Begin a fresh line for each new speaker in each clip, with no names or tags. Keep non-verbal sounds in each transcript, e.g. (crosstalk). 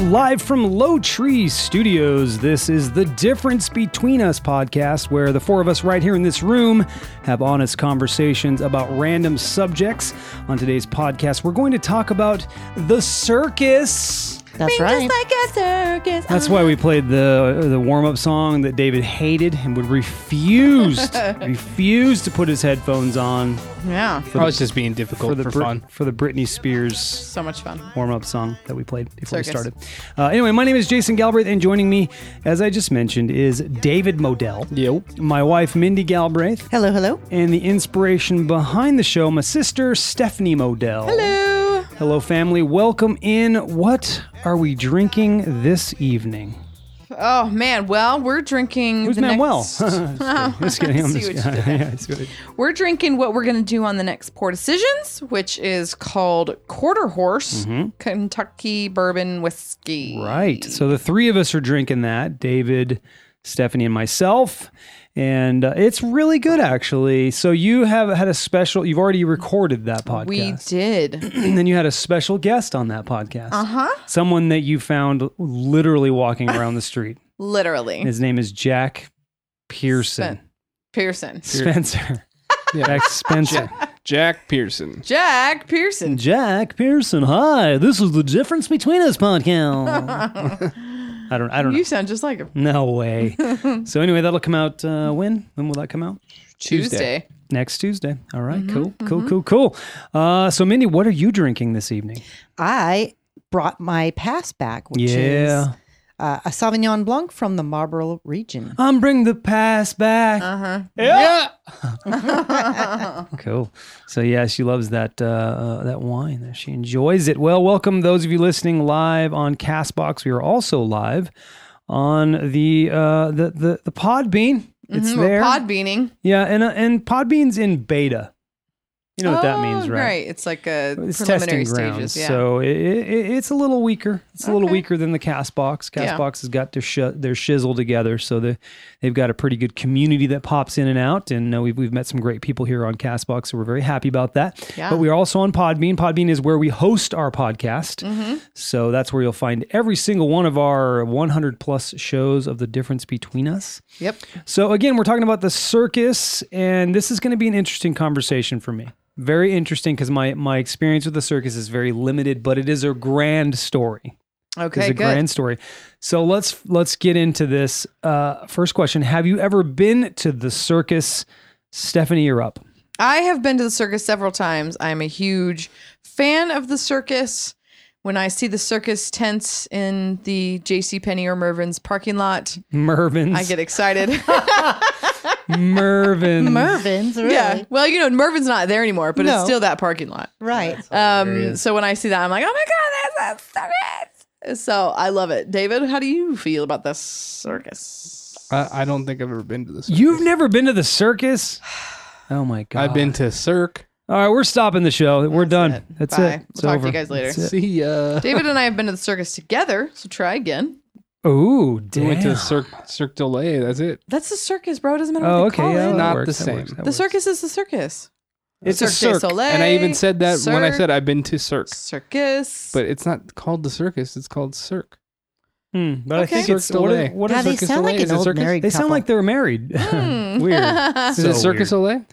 Live from Low Tree Studios, this is the Difference Between Us podcast, where the four of us right here in this room have honest conversations about random subjects. On today's podcast, we're going to talk about the circus.
That's right.
Just like a circus.
That's why we played the the warm up song that David hated and would refuse refuse to put his headphones on
yeah.
I was just being
for
difficult
the
for,
Brit-
fun.
for the Britney Spears
So much fun.
warm up song that we played before we
Circus.
started. Uh, anyway, my name is Jason Galbraith, and joining me, as I just mentioned, is David Modell,
Yo.
my wife Mindy Galbraith,
Hello, hello.
and the inspiration behind the show, my sister Stephanie Modell.
Hello.
Hello, family. Welcome in. What are we drinking this evening?
Oh man. Well, we're drinking.
Who's
the
Manuel?
next-
(laughs)
(laughs)
just kidding. I'm
See
just
what you
kidding.
did there.
Yeah, it's good.
We're drinking what we're gonna do on the next Poor Decisions, which is called Quarter Horse Kentucky Bourbon Whiskey.
Mm-hmm. Right. So the three of us are drinking that David, Stephanie, and myself. And uh, it's really good, actually. So you have had a special, you've already recorded that podcast. (clears throat)
We did. (clears throat)
And then you had a special guest on that podcast. Uh huh. Someone that you found literally walking around the street.
Literally.
His name is Jack Pearson.
Pearson.
Spencer. Jack Spencer.
Jack Pearson.
Jack Pearson.
Jack Pearson. Hi, this is the Difference Between Us podcast. I don't, I don't know.
You sound just like him.
No way. so anyway, that'll come out uh, when? When will that come out?
Tuesday.
Next Tuesday. All right, Cool. Cool. Cool. Cool. Uh, so Mindy, what are you drinking this evening?
I brought my pass back, which is
Yeah.
uh, a Sauvignon Blanc from the Marlborough
(gasps)
region.
I'm bringing the past back.
Yeah.
(laughs) Cool. So yeah, she loves that uh, uh, that wine. There, She enjoys it. Well, welcome those of you listening live on Castbox. We are also live on the uh, the the, the Podbean. It's there.
Mm-hmm, We're pod beaning.
yeah, and uh, and Podbean's in beta. You know what that means, right?
It's like a
it's
Oh, preliminary
testing grounds,
stages. Yeah.
so it, it, it's a little weaker. It's a little weaker than the Castbox. Castbox
Yeah.
has got their sh- their shizzle together, so they they've got a pretty good community that pops in and out. And uh, we've we've met some great people here on Castbox, so we're very happy about that.
Yeah.
But we are also on Podbean. Podbean is where we host our podcast,
Mm-hmm.
so that's where you'll find every single one of our 100 plus shows of the difference between us.
yep.
So again, we're talking about the circus, and this is going to be an interesting conversation for me. Very interesting because my my experience with the circus is very limited, but it is a grand story. It's
Okay.
a
Good.
grand story. So let's let's get into this. Uh, first question: Have you ever been to the circus? Stephanie, you're up.
I have been to the circus several times. I'm a huge fan of the circus. When I see the circus tents in the J.C. Penney or Mervin's parking lot,
Mervin's.
I
(laughs)
get excited. (laughs)
Mervin's.
Mervin's, really?
yeah. Well, you know, Mervin's not there anymore, but it's
No.
still that parking lot.
Right.
Um, so when I see that, I'm like, oh my God, that's a circus. So I love it. David, how do you feel about this circus?
I, I don't think I've ever been to this.
You've never been to the circus? Oh my god!
(sighs) I've been to Cirque.
All right, we're stopping the show. We're done. That's
Bye.
it.
We'll
It's
talk to
over.
you guys later.
That's it.
See uh, ya.
David and I have been to the circus together, so try again.
Ooh,
We
damn.
went to Cirque Cirque Delay. That's it.
That's a circus, bro. It doesn't matter what
Oh,
they
okay.
call
Yeah,
it.
that
Not
works,
the
that works,
same.
that
The
works.
circus is the circus.
It's a
Cirque du
circus.
Soleil,
and I even said that when I said
Cirque,
I've been to Cirque,
circus.
(laughs)
but it's not called the circus. It's called Cirque.
Hmm, but
Okay.
I think it's
Cirque du
what,
Soleil.
is- what
God,
is
they
it?
circus
sound
away?
like an
Is it
old
circus?
married
They sound
couple.
like they're married. (laughs)
Hmm.
Weird.
Is
So
it Circus
weird.
Olay?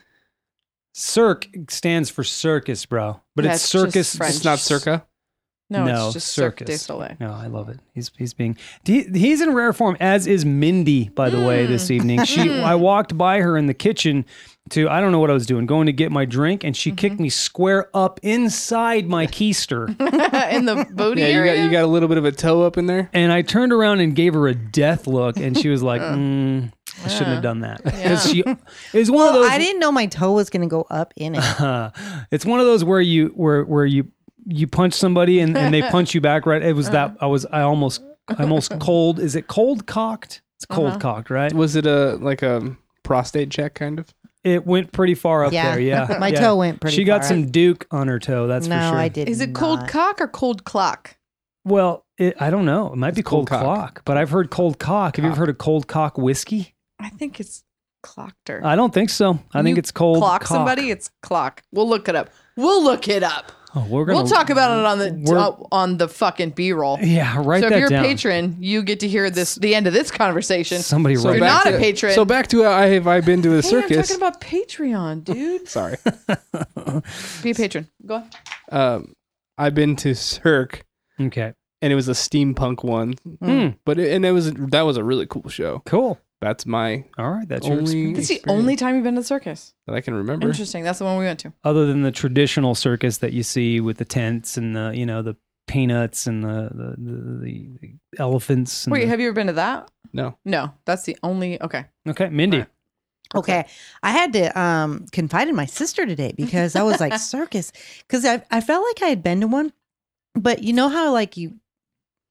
Cirque stands for circus, bro. But
Yeah,
it's
it's just
circus.
French.
It's not Circa.
(laughs) no,
no,
it's just circus. Cirque du
circus.
Soleil. (laughs)
No, I love it. He's he's being he- he's in rare form, as is Mindy. By the way, this
Hmm.
evening she I walked by her in the kitchen to I don't know what I was doing, going to get my drink, and she
Mm-hmm.
kicked me square up inside my keister. (laughs)
In the booty
Yeah, you
area.
got you got a little bit of a toe up in there.
And I turned around and gave her a death look, and she was
(laughs)
like, mm, "I shouldn't have done that." 'Cause she it's one of
I
those.
didn't know my toe was going to go up in it.
It's one of those where you where where you you punch somebody and, and they punch you back. Right? It was that I was I almost I
(laughs)
almost cold. Is it cold cocked? It's
Uh-huh.
cold cocked, right?
Was it a like a prostate check kind of?
It went pretty far (laughs) up
Yeah.
there. Yeah,
(laughs) My
yeah.
toe went pretty
She got
far
some Duke on her toe. That's
no,
for sure.
I did.
Is it cold
not.
cock or cold clock?
Well, it, I don't know. It might be cold,
cold cock.
clock, but I've heard cold cock. Have you ever heard of cold cock whiskey?
I think it's clocked or.
I don't think so. I think
You
it's cold
clock
cock.
somebody. It's clock. We'll look it up. We'll look it up.
Oh, we're gonna
We'll talk about it on the
we're-
uh, on the fucking B roll.
Yeah, write
so if
that
you're
down.
a patron, you get to hear this the end of this conversation.
Somebody
So
write
You're
back
not
to-
a patron.
So back to uh, I have I been to
(laughs)
a
Hey, I'm
circus.
talking about
(laughs)
Patreon, dude.
Sorry,
Be a patron. Go on.
um, I've been to Cirque,
Okay.
and it was a steampunk one.
Mm,
But it, and it was that was a really cool show.
cool.
That's my
All right, that's your
only.
experience.
That's the
experience
only time you've been to the circus.
that I can remember.
Interesting. That's the one we went to.
Other than the traditional circus that you see with the tents and the you know the peanuts and the the, the, the elephants. And
Wait,
the-
have you ever been to that?
No,
No, that's the only. Okay.
okay, Mindy.
Okay. I had to um, confide in my sister today because I
(laughs)
was like, circus. Because I, I felt like I had been to one, but you know how, like, you,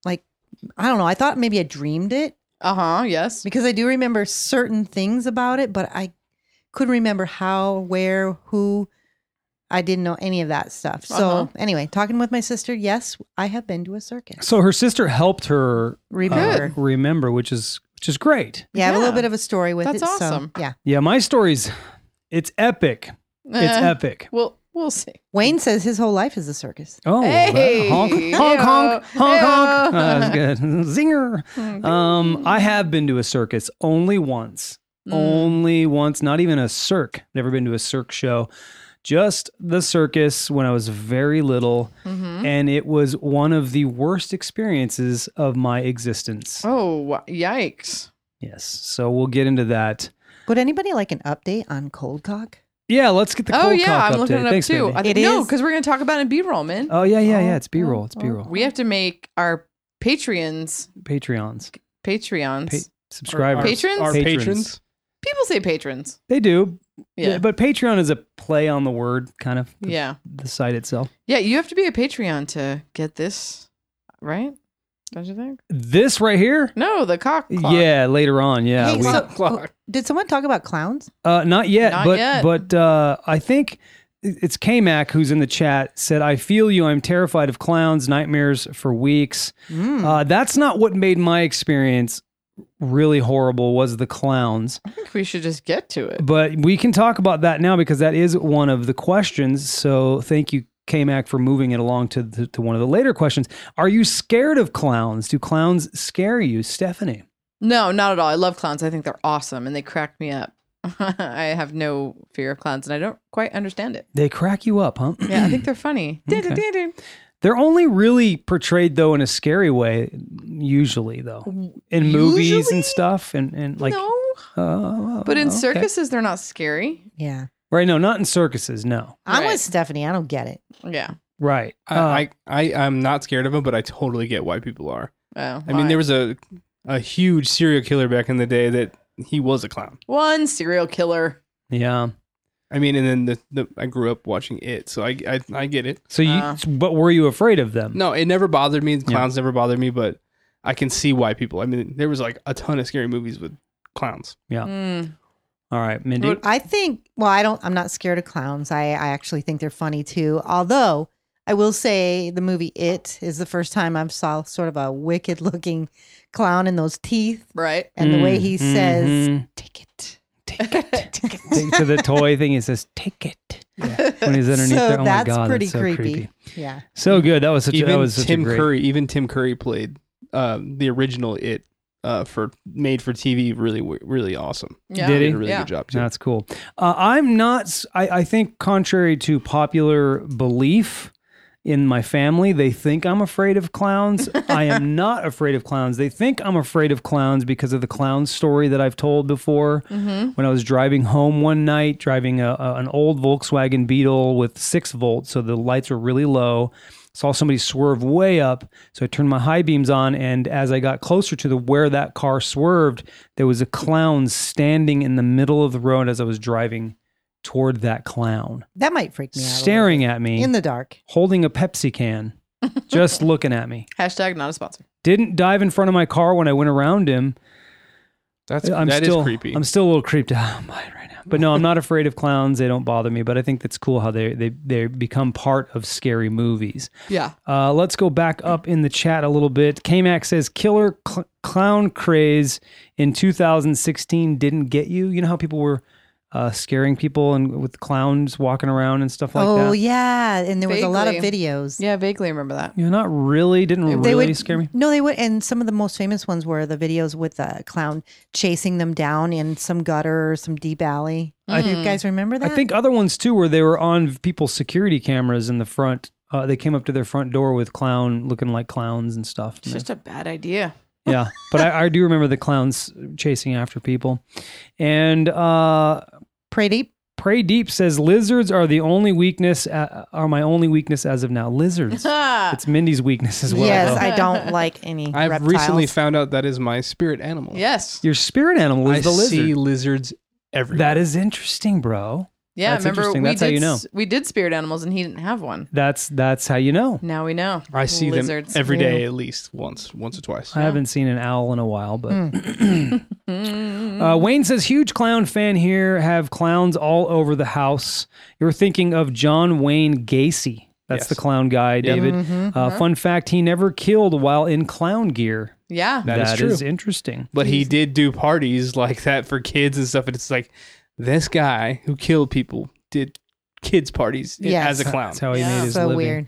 like, I don't know. I thought maybe I dreamed it
Uh huh. Yes.
because I do remember certain things about it, but I couldn't remember how, where, who. I didn't know any of that stuff. So,
Uh-huh.
anyway, talking with my sister, yes, I have been to a circus.
So her sister helped her uh,
Remember.
remember, which is which is great.
Yeah, I have a little
Yeah.
bit of a story with
That's
it.
awesome.
So, yeah.
Yeah, my story's it's epic. It's
Eh,
epic.
Well, we'll see.
Wayne says his whole life is a circus.
Oh, well, that-
Hey,
honk, honk,
ew,
honk, honk, honk.
ew.
Oh, that was good. (laughs) Zinger.
Mm-hmm.
Um, I have been to a circus only once.
Mm.
Only once. Not even a circ. Never been to a circ show. Just the circus when I was very little,
Mm-hmm.
and it was one of the worst experiences of my existence.
Oh, yikes.
Yes. So we'll get into that.
Would anybody like an update on Cold Cock?
Yeah, let's get the
oh,
cold
yeah.
cock
I'm
update.
looking it up
Thanks,
too.
Mindy.
I think,
It
no,
is-
because we're going to talk about it in B roll, man.
Oh yeah, yeah, yeah.
Oh,
It's B roll. It's
oh,
B roll.
we have to make our Patreons,
Patreons,
Patreons.
Pa- subscribers,
Patrons?
our
Patrons.
patrons.
People say patrons.
They do.
Yeah.
But Patreon is a play on the word, kind of. The,
Yeah.
The site itself.
Yeah. You have to be a Patreon to get this, right? Don't you think?
This right here.
No, the cock. Clock.
Yeah, later on. Yeah.
Hey,
we- (laughs)
so-
Clock.
Did someone talk about clowns?
uh, not yet.
Not
but
yet.
but uh, I think it's K Mac who's in the chat said, "I feel you. I'm terrified of clowns. Nightmares for weeks.
Mm.
Uh, that's not what made my experience." really horrible was the clowns
I think we should just get to it.
But we can talk about that now because that is one of the questions. So thank you, KMAC, for moving it along to, the, to one of the later questions. Are you scared of clowns? Do clowns scare you, Stephanie?
No, not at all. I love clowns. I think they're awesome and they crack me up. (laughs) I have no fear of clowns and I don't quite understand it.
They crack you up, huh?
Yeah, I think they're funny. Dun, dun, dun, dun.
(clears throat) They're only really portrayed though in a scary way, usually though, in movies
Usually?
and stuff, and and like.
no,
oh,
but in
okay.
circuses they're not scary.
Yeah.
right? No, not in circuses. No,
I'm
Right.
with Stephanie. I don't get it.
Yeah.
right? Uh,
Ah.
I, I I I'm not scared of them, but I totally get why people are.
Oh,
I mean, there was a a huge serial killer back in the day that he was a clown.
one serial killer.
yeah.
I mean, and then the, the I grew up watching it, so I, I I get it.
So you,
Uh.
but were you afraid of them?
No, it never bothered me. Clowns never bothered me, but I can see why people. I mean, there was like a ton of scary movies with clowns.
Yeah.
Mm.
All right, Mindy.
I think, well, I don't, I'm not scared of clowns. I, I actually think they're funny too. Although I will say the movie It is the first time I've saw sort of a wicked looking clown in those teeth
Right.
and the way he
Mm,
says,
mhm.
take it.
take it. Take- to the toy thing. He says, "Take it." When he's underneath
(laughs) So
there, oh my
that's
god,
pretty
that's so creepy.
creepy. Yeah.
So good. That was such. a
even
that was such
Tim
a great.
Curry, even Tim Curry played um, the original It uh, for made for TV. Really, w- really awesome.
Yeah.
Did he?
Did a really
Yeah.
good job too.
That's cool. Uh, I'm not. s- I, I think contrary to popular belief. In my family, they think I'm afraid of
(laughs)
clowns. I am not afraid of clowns. They think I'm afraid of clowns because of the clown story that I've told before.
Mm-hmm.
when I was driving home one night, driving a, a- an old Volkswagen Beetle with six volts, so the lights were really low. Saw somebody swerve way up, so I turned my high beams on, and as I got closer to the where that car swerved, there was a clown standing in the middle of the road as I was driving toward that clown,
That might freak me out. a little
staring at
bit.
me,
in the dark.
holding a Pepsi can,
(laughs)
just looking at me.
Hashtag not a sponsor.
Didn't dive in front of my car when I went around him.
That's
I'm
that is
still
creepy.
I'm still a little creeped out (laughs) by it right now. But no, I'm not afraid of clowns. They don't bother me. But I think that's cool how they they they become part of scary movies.
Yeah.
Uh, let's go back up in the chat a little bit. K-Mac says killer cl- clown craze in 2016 didn't get you. You know how people were. uh, scaring people and with clowns walking around and stuff like
oh
that.
yeah, and there was a lot of
Vaguely.
videos.
Yeah, vaguely remember that.
Yeah, not really. Didn't
They
really
would-
scare me.
No, they would. And some of the most famous ones were the videos with the clown chasing them down in some gutter or some deep alley. Do you guys remember
I
that?
think other ones too, where they were on people's security cameras in the front. Uh, they came up to their front door with clown looking like clowns and stuff.
It's just a bad idea.
(laughs)
yeah, but I, I do remember the clowns chasing after people. And uh,
Prey Deep.
Prey Deep says lizards are the only weakness uh, are my only weakness as of now.
(laughs)
(laughs)
Lizards.
yes.
it's Mindy's weakness as well.
yes,
though.
I don't like
(laughs)
any.
I've
reptiles.
recently found out that is my spirit animal.
Yes.
Your spirit animal is
I
the lizard.
see lizards everywhere.
That is interesting, bro.
Yeah.
That's
remember
interesting.
we
That's how
did
you know.
s- we did spirit animals and he didn't have one.
That's that's how you know.
Now we know.
I see
Lizards.
them every day at least once, once or twice.
I haven't seen an owl in a while, but
Mm-hmm.
uh,
Mm.
Wayne says huge clown fan here. Have clowns all over the house. You're thinking of John Wayne Gacy. That's
Yes. Mm-hmm,
the clown guy, David. Uh, Fun fact: he never killed while in clown gear.
Yeah.
That is true.
interesting.
but he did do parties like that for kids and stuff. And it's like this guy who killed people did kids parties i-
Yes.
as a clown.
That's how he
Yeah.
made his
so
living.
weird.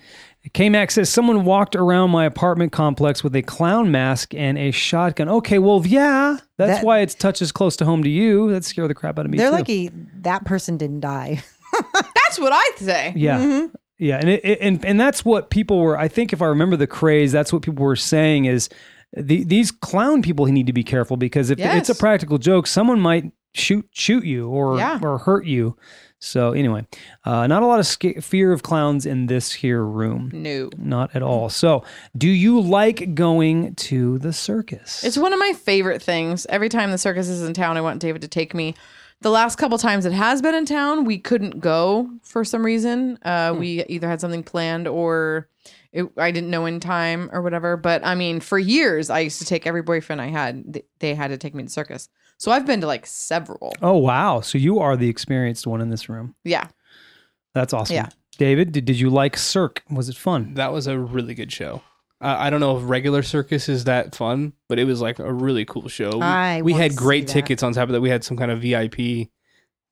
K Max says someone walked around my apartment complex with a clown mask and a shotgun. Okay, well, yeah, that's
That-
why it's touches close to home to you. That scared the crap out of me.
They're
too.
lucky that person didn't die. (laughs)
That's what I say.
Yeah. Yeah. And, it, it- and and that's what people were, I think, if I remember the craze, that's what people were saying is the, these clown people need to be careful because if it's a
Yes.
practical joke, someone might shoot shoot you or
Yeah.
or hurt you. So anyway, uh, not a lot of sca- fear of clowns in this here room.
No.
Not at all. So, do you like going to the circus?
It's one of my favorite things. Every time the circus is in town, I want David to take me. The last couple times it has been in town, we couldn't go for some reason. Uh, We either had something planned or it, I didn't know in time or whatever. But I mean, for years, I used to take every boyfriend I had, th- they had to take me to circus. So I've been to like several.
oh wow! So you are the experienced one in this room.
Yeah.
That's awesome.
Yeah.
David, did, did you like Cirque? Was it fun?
That was a really good show. I I don't know if regular circus is that fun, but it was like a really cool show. We,
I
we
want
had
to
great
see that.
tickets on top of that. We had some kind of VIP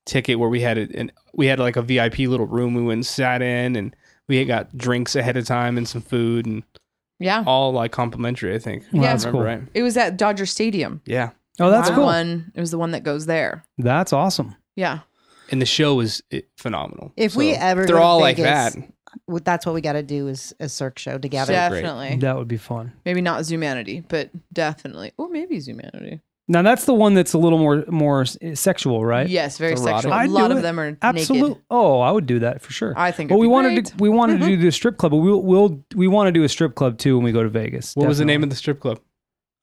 ticket where we had it, and we had like a VIP little room we went and sat in, and we had got drinks ahead of time and some food and
Yeah.
all like complimentary. I think.
Well,
If I
that's
remember
cool.
right.
It was at Dodger Stadium.
Yeah,
Oh, that's
The
cool.
One, it was the one that goes there.
That's awesome.
Yeah.
and the show was eh, phenomenal.
If we ever
they're
go to
all like
Vegas,
that.
Well, That's what we got to do is a Cirque show together.
Yeah. great.
definitely.
That would be fun.
Maybe not Zoomanity, but definitely. Or maybe Zoomanity.
Now that's the one that's a little more more s- eh, sexual, right?
Yes, very
Erotic.
sexual. A
I'd
lot
do
of
it.
them are
Absolute.
naked.
Oh, I would do that for sure.
I think.
Well,
it'd
we
be
wanted
great. Mm-hmm.
to we wanted to do a strip club, but we'll we'll we want to do a strip club too when we go to Vegas.
What was the name of the strip club?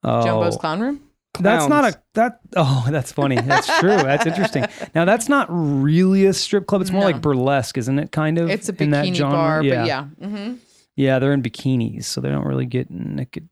oh,
Jumbo's Clown Room.
That's not
Clowns.
a that. Oh, that's funny. That's true. that's
(laughs)
interesting. Now that's not really a strip club. It's more
No.
like burlesque, isn't it? Kind of.
It's a
in that
bikini
genre?
bar, but yeah. Mm-hmm.
Yeah, they're in bikinis, so they don't really get naked.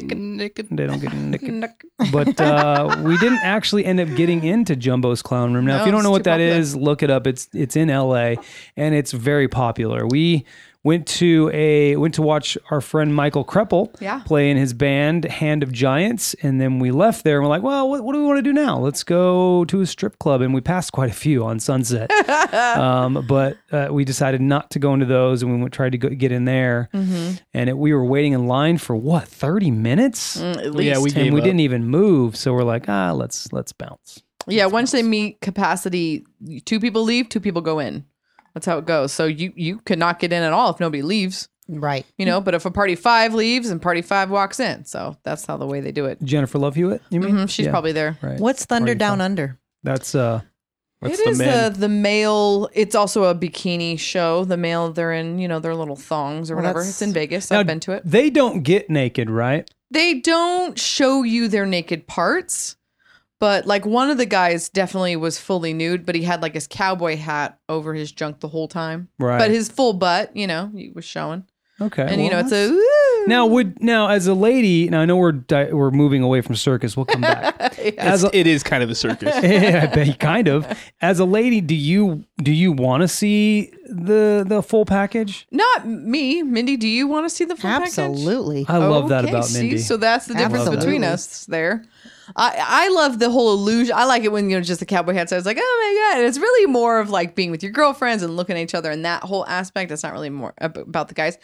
They
(laughs)
don't get naked. but uh, we didn't actually end up getting into Jumbo's Clown Room. Now,
No,
if you don't know
it's
what that
too
is,
popular.
look it up. It's it's in LA and it's very popular. We went to a went to watch our friend Michael Kreppel
Yeah.
play in his band Hand of Giants, and then we left there and we're like, well, what, what do we want to do now? Let's go to a strip club, and we passed quite a few on
(laughs)
Sunset. um, but uh, we decided not to go into those, and we went, tried to go, get in there,
Mm-hmm.
and it, we were waiting in line for what thirty minutes
At
Yeah,
least.
we
and
gave
we
up.
didn't even move so we're like ah let's let's bounce
yeah, once they meet capacity, two people leave, two people go in. That's how it goes. So you you could not get in at all if nobody leaves,
Right.
you know. But if a party five leaves and party five walks in, so that's how the way they do it.
jennifer love hewitt you mean
Mhm, she's
Yeah.
probably there.
right
What's Thunder
Party
Down
fun.
Under?
that's uh
That's
it
the
is
men.
the the male. It's also a bikini show. The male, they're in you know their little thongs or
Well,
whatever.
that's-
It's in Vegas.
Now,
I've been to it.
they don't get naked right
they don't show you their naked parts but like one of the guys definitely was fully nude but he had like his cowboy hat over his junk the whole time
Right.
but his full butt you know he was showing
okay
and you know
well,
it's
that's-
a "Ooh."
now would now as a lady now i know we're di- we're moving away from circus we'll come
(laughs)
back (laughs)
Yeah.
as a,
It is kind of a circus.
(laughs) I bet kind of as a lady do you do you want to see the the full package
not me mindy do you want to see the full package
Absolutely.
i love that
Okay,
about
see?
mindy
so that's the difference
Absolutely.
between us there I I love the whole illusion. I like it when you know just the cowboy hats. I was like, oh my god! And it's really more of like being with your girlfriends and looking at each other and that whole aspect. It's not really more ab- about the guys,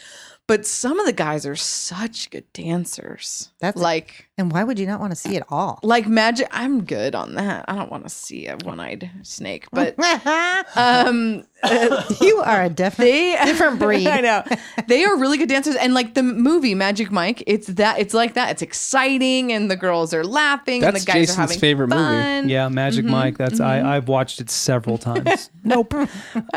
but some of the guys are such good dancers.
That's-
like
And why would you not want to see it all?
like magic. I'm good on that. I don't want to see a one eyed snake,
(laughs)
but um,
you are a definite.
they
(laughs) Different
(laughs)
breed.
I know they are really good dancers, and like the movie Magic Mike, it's that it's like that. It's exciting, and the girls are laughing, and
That's
the guys
Jason's
are having
favorite movie.
fun.
Yeah, Magic
Mm-hmm,
Mike. That's I. I've watched it several
(laughs)
times. nope.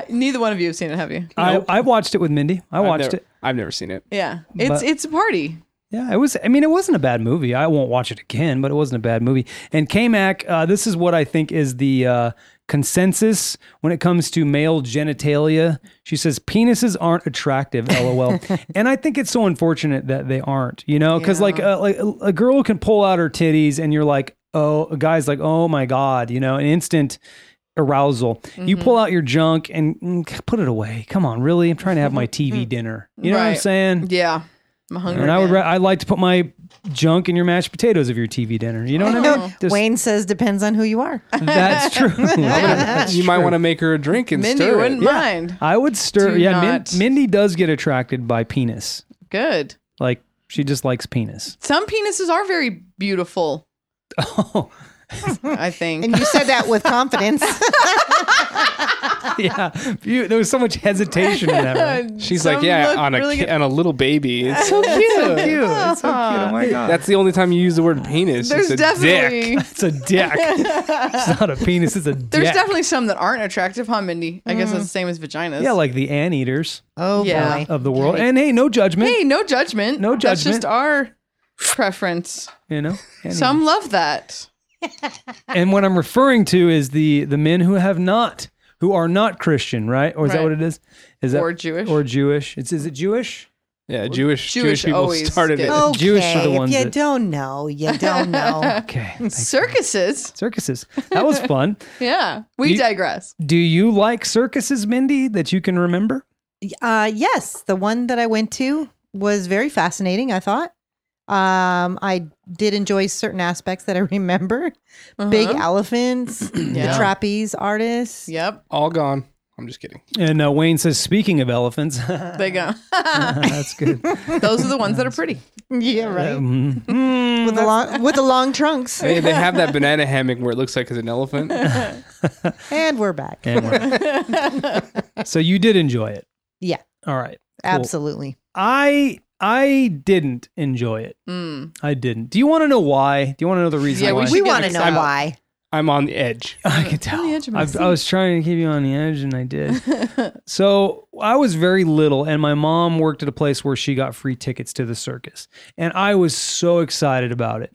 Neither one of you have seen it, have you?
I, I watched it with Mindy. I watched
never,
it.
I've never seen it.
Yeah, it's
But-
it's a party.
Yeah, it was. I mean, it wasn't a bad movie. I won't watch it again, but it wasn't a bad movie. And K-Mac, uh, this is what I think is the uh, consensus when it comes to male genitalia. She says penises aren't attractive, lol. and I think it's so unfortunate that they aren't. You know, because like a, like a- a girl can pull out her titties, and you're like, oh, a guy's like, oh my god, you know, an instant arousal. You pull out your junk and mm, put it away. Come on, really? I'm trying to have my TV dinner. You know what I'm
Right.
saying?
Yeah, I'm hungry.
And I would
man.
ra- I like to put my junk in your mashed potatoes of your TV dinner. You know what I mean? Just-
Wayne says depends on who you are.
(laughs) that's
(laughs)
true. That's
you might
true.
want to make her a drink and
Mindy
stir
wouldn't
it.
mind.
I would stir.
Do
yeah, Min-
not-
Mindy does get attracted by penis.
Good.
Like she just likes penis.
Some penises are very beautiful.
(laughs) Oh,
I think.
And you said that with confidence.
(laughs) yeah. You- there was so much hesitation in that. Right?
(laughs)
She's
Some
like, yeah,
look
on a
really
ki-
good.
on a little baby.
(laughs)
It's so cute.
So cute. It's so cute. Oh my god.
That's the only time you use the word penis.
There's
it's a dick.
definitely
That's a dick. it's not a penis. It's a dick.
there's definitely some that aren't attractive, huh, Mindy? I
Mm.
guess that's the same as vaginas.
yeah, like the anteaters
Oh
Yeah.
boy.
of the world. And hey, no judgment.
hey, no judgment.
No
That's just
judgment.
our preference.
You know. Anteaters.
Some love that.
and what I'm referring to is the the men who have not who are not Christian, right? Or is that
Right.
what it is? Is that
Or Jewish.
Or Jewish? It's is it Jewish?
Yeah, Jewish
Jewish
Jewish people
always
started
get
it.
it.
Okay,
Jewish are the ones
if you
that-
don't know, you don't know.
(laughs) Okay. thanks.
Circuses.
circuses. That was fun.
Yeah. We
You-
digress.
Do you like circuses, Mindy, that you can remember?
Uh, yes, the one that I went to was very fascinating. I thought. Um, I did enjoy certain aspects that I (laughs) remember. Big
Uh-huh.
elephants, the
Yeah.
trapeze artists.
Yep.
All gone. I'm just kidding.
And uh, Wayne says, speaking of elephants, (laughs)
They go. (laughs)
that's good.
Those are the ones that are pretty.
Yeah,
Um,
(laughs) With the long with the long
(laughs)
trunks,
They, they have that banana hammock where it looks like it's an
(laughs)
elephant.
and we're back.
and we're- so you did enjoy it.
Yeah,
All right. Cool.
absolutely.
I I didn't enjoy it.
Mm.
I didn't. Do you want to know why? Do you want to know the reason
Yeah,
why?
should
We
get
want to know
excited.
why.
I'm on the edge.
I could tell.
on the edge of my
I've- I was trying to keep you on the edge, and I did. so I was very little, and my mom worked at a place where she got free tickets to the circus, and I was so excited about it.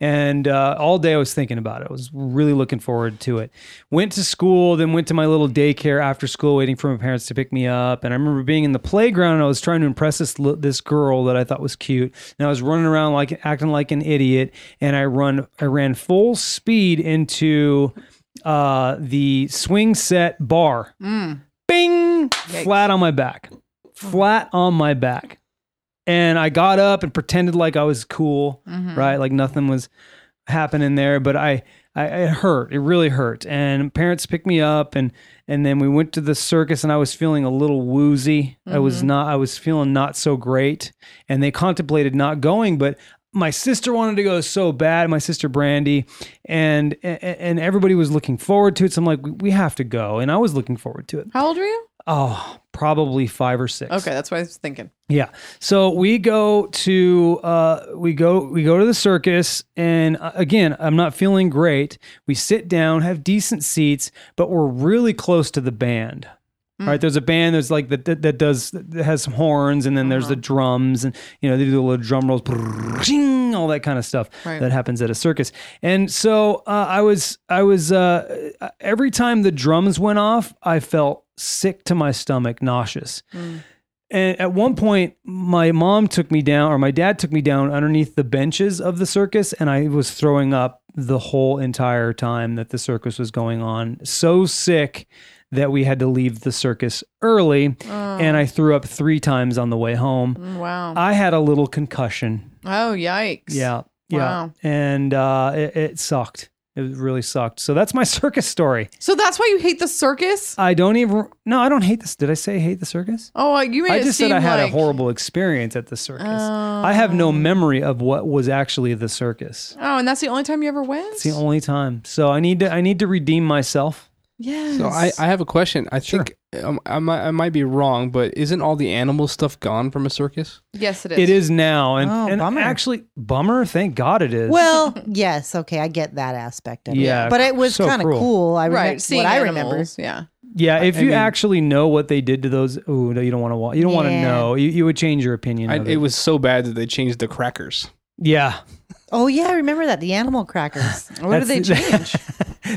And uh, all day I was thinking about it. I was really looking forward to it. Went to school, then went to my little daycare after school, waiting for my parents to pick me up. And I remember being in the playground. And I was trying to impress this li- this girl that I thought was cute, and I was running around like acting like an idiot. And I run, I ran full speed into uh, the swing set bar. Bing! Flat on my back. Flat on my back. And I got up and pretended like I was cool, right? Like nothing was happening there, but I, I it hurt. It really hurt. And parents picked me up and and then we went to the circus and I was feeling a little woozy. I was not I was feeling not so great and they contemplated not going, but my sister wanted to go so bad, my sister Brandy, and and- and everybody was looking forward to it. So I'm like, we have to go, and I was looking forward to it.
How old were you?
Oh, probably five or six.
Okay, that's what I was thinking.
Yeah. So we go to uh, we go we go to the circus, and uh, again, I'm not feeling great. We sit down, have decent seats, but we're really close to the band. All right, there's a band that's like that, that that does that has some horns, and then there's the drums, and you know they do the little drum rolls, brrrr, ching, all that kind of stuff
Right.
that happens at a circus. And so uh, I was I was uh, every time the drums went off, I felt sick to my stomach, nauseous. And at one point, my mom took me down, or my dad took me down underneath the benches of the circus, and I was throwing up the whole entire time that the circus was going on. So sick that we had to leave the circus early, and I threw up three times on the way home.
Mm, Wow.
I had a little concussion.
Oh, yikes.
Uh, Yeah.
Wow.
and uh, it, it sucked. It really sucked. So that's my (laughs) circus story.
So that's why you hate the circus?
I don't even. No, I don't hate this. Did I say hate the circus?
Oh, uh, you made
I
it
just
seem
said I had
like,
a horrible experience at the circus. I have no memory of what was actually the circus.
Oh, and that's the only time you ever went?
It's the only time. So I need to. I need to redeem myself.
yes.
So I, I have a question. I
Sure.
think um, I, might, I might be wrong, but isn't all the animal stuff gone from a circus?
yes, it is.
It is now, and,
Oh,
and
bummer.
actually, bummer. Thank God it is.
Well, yes, okay, I get that aspect of
Yeah,
it, but it was
so
kind of
cruel.
cool. I remember
Right. Seeing
what I remember.
animals. Yeah.
yeah. If
I
you
mean-
actually know what they did to those, ooh, no, you don't want to. wa- You don't want to
Yeah.
know. You, you would change your opinion.
I,
of
it was so bad that they changed the crackers.
Yeah.
Oh yeah, I remember that the
(laughs)
animal crackers.
What did they
That's-
change?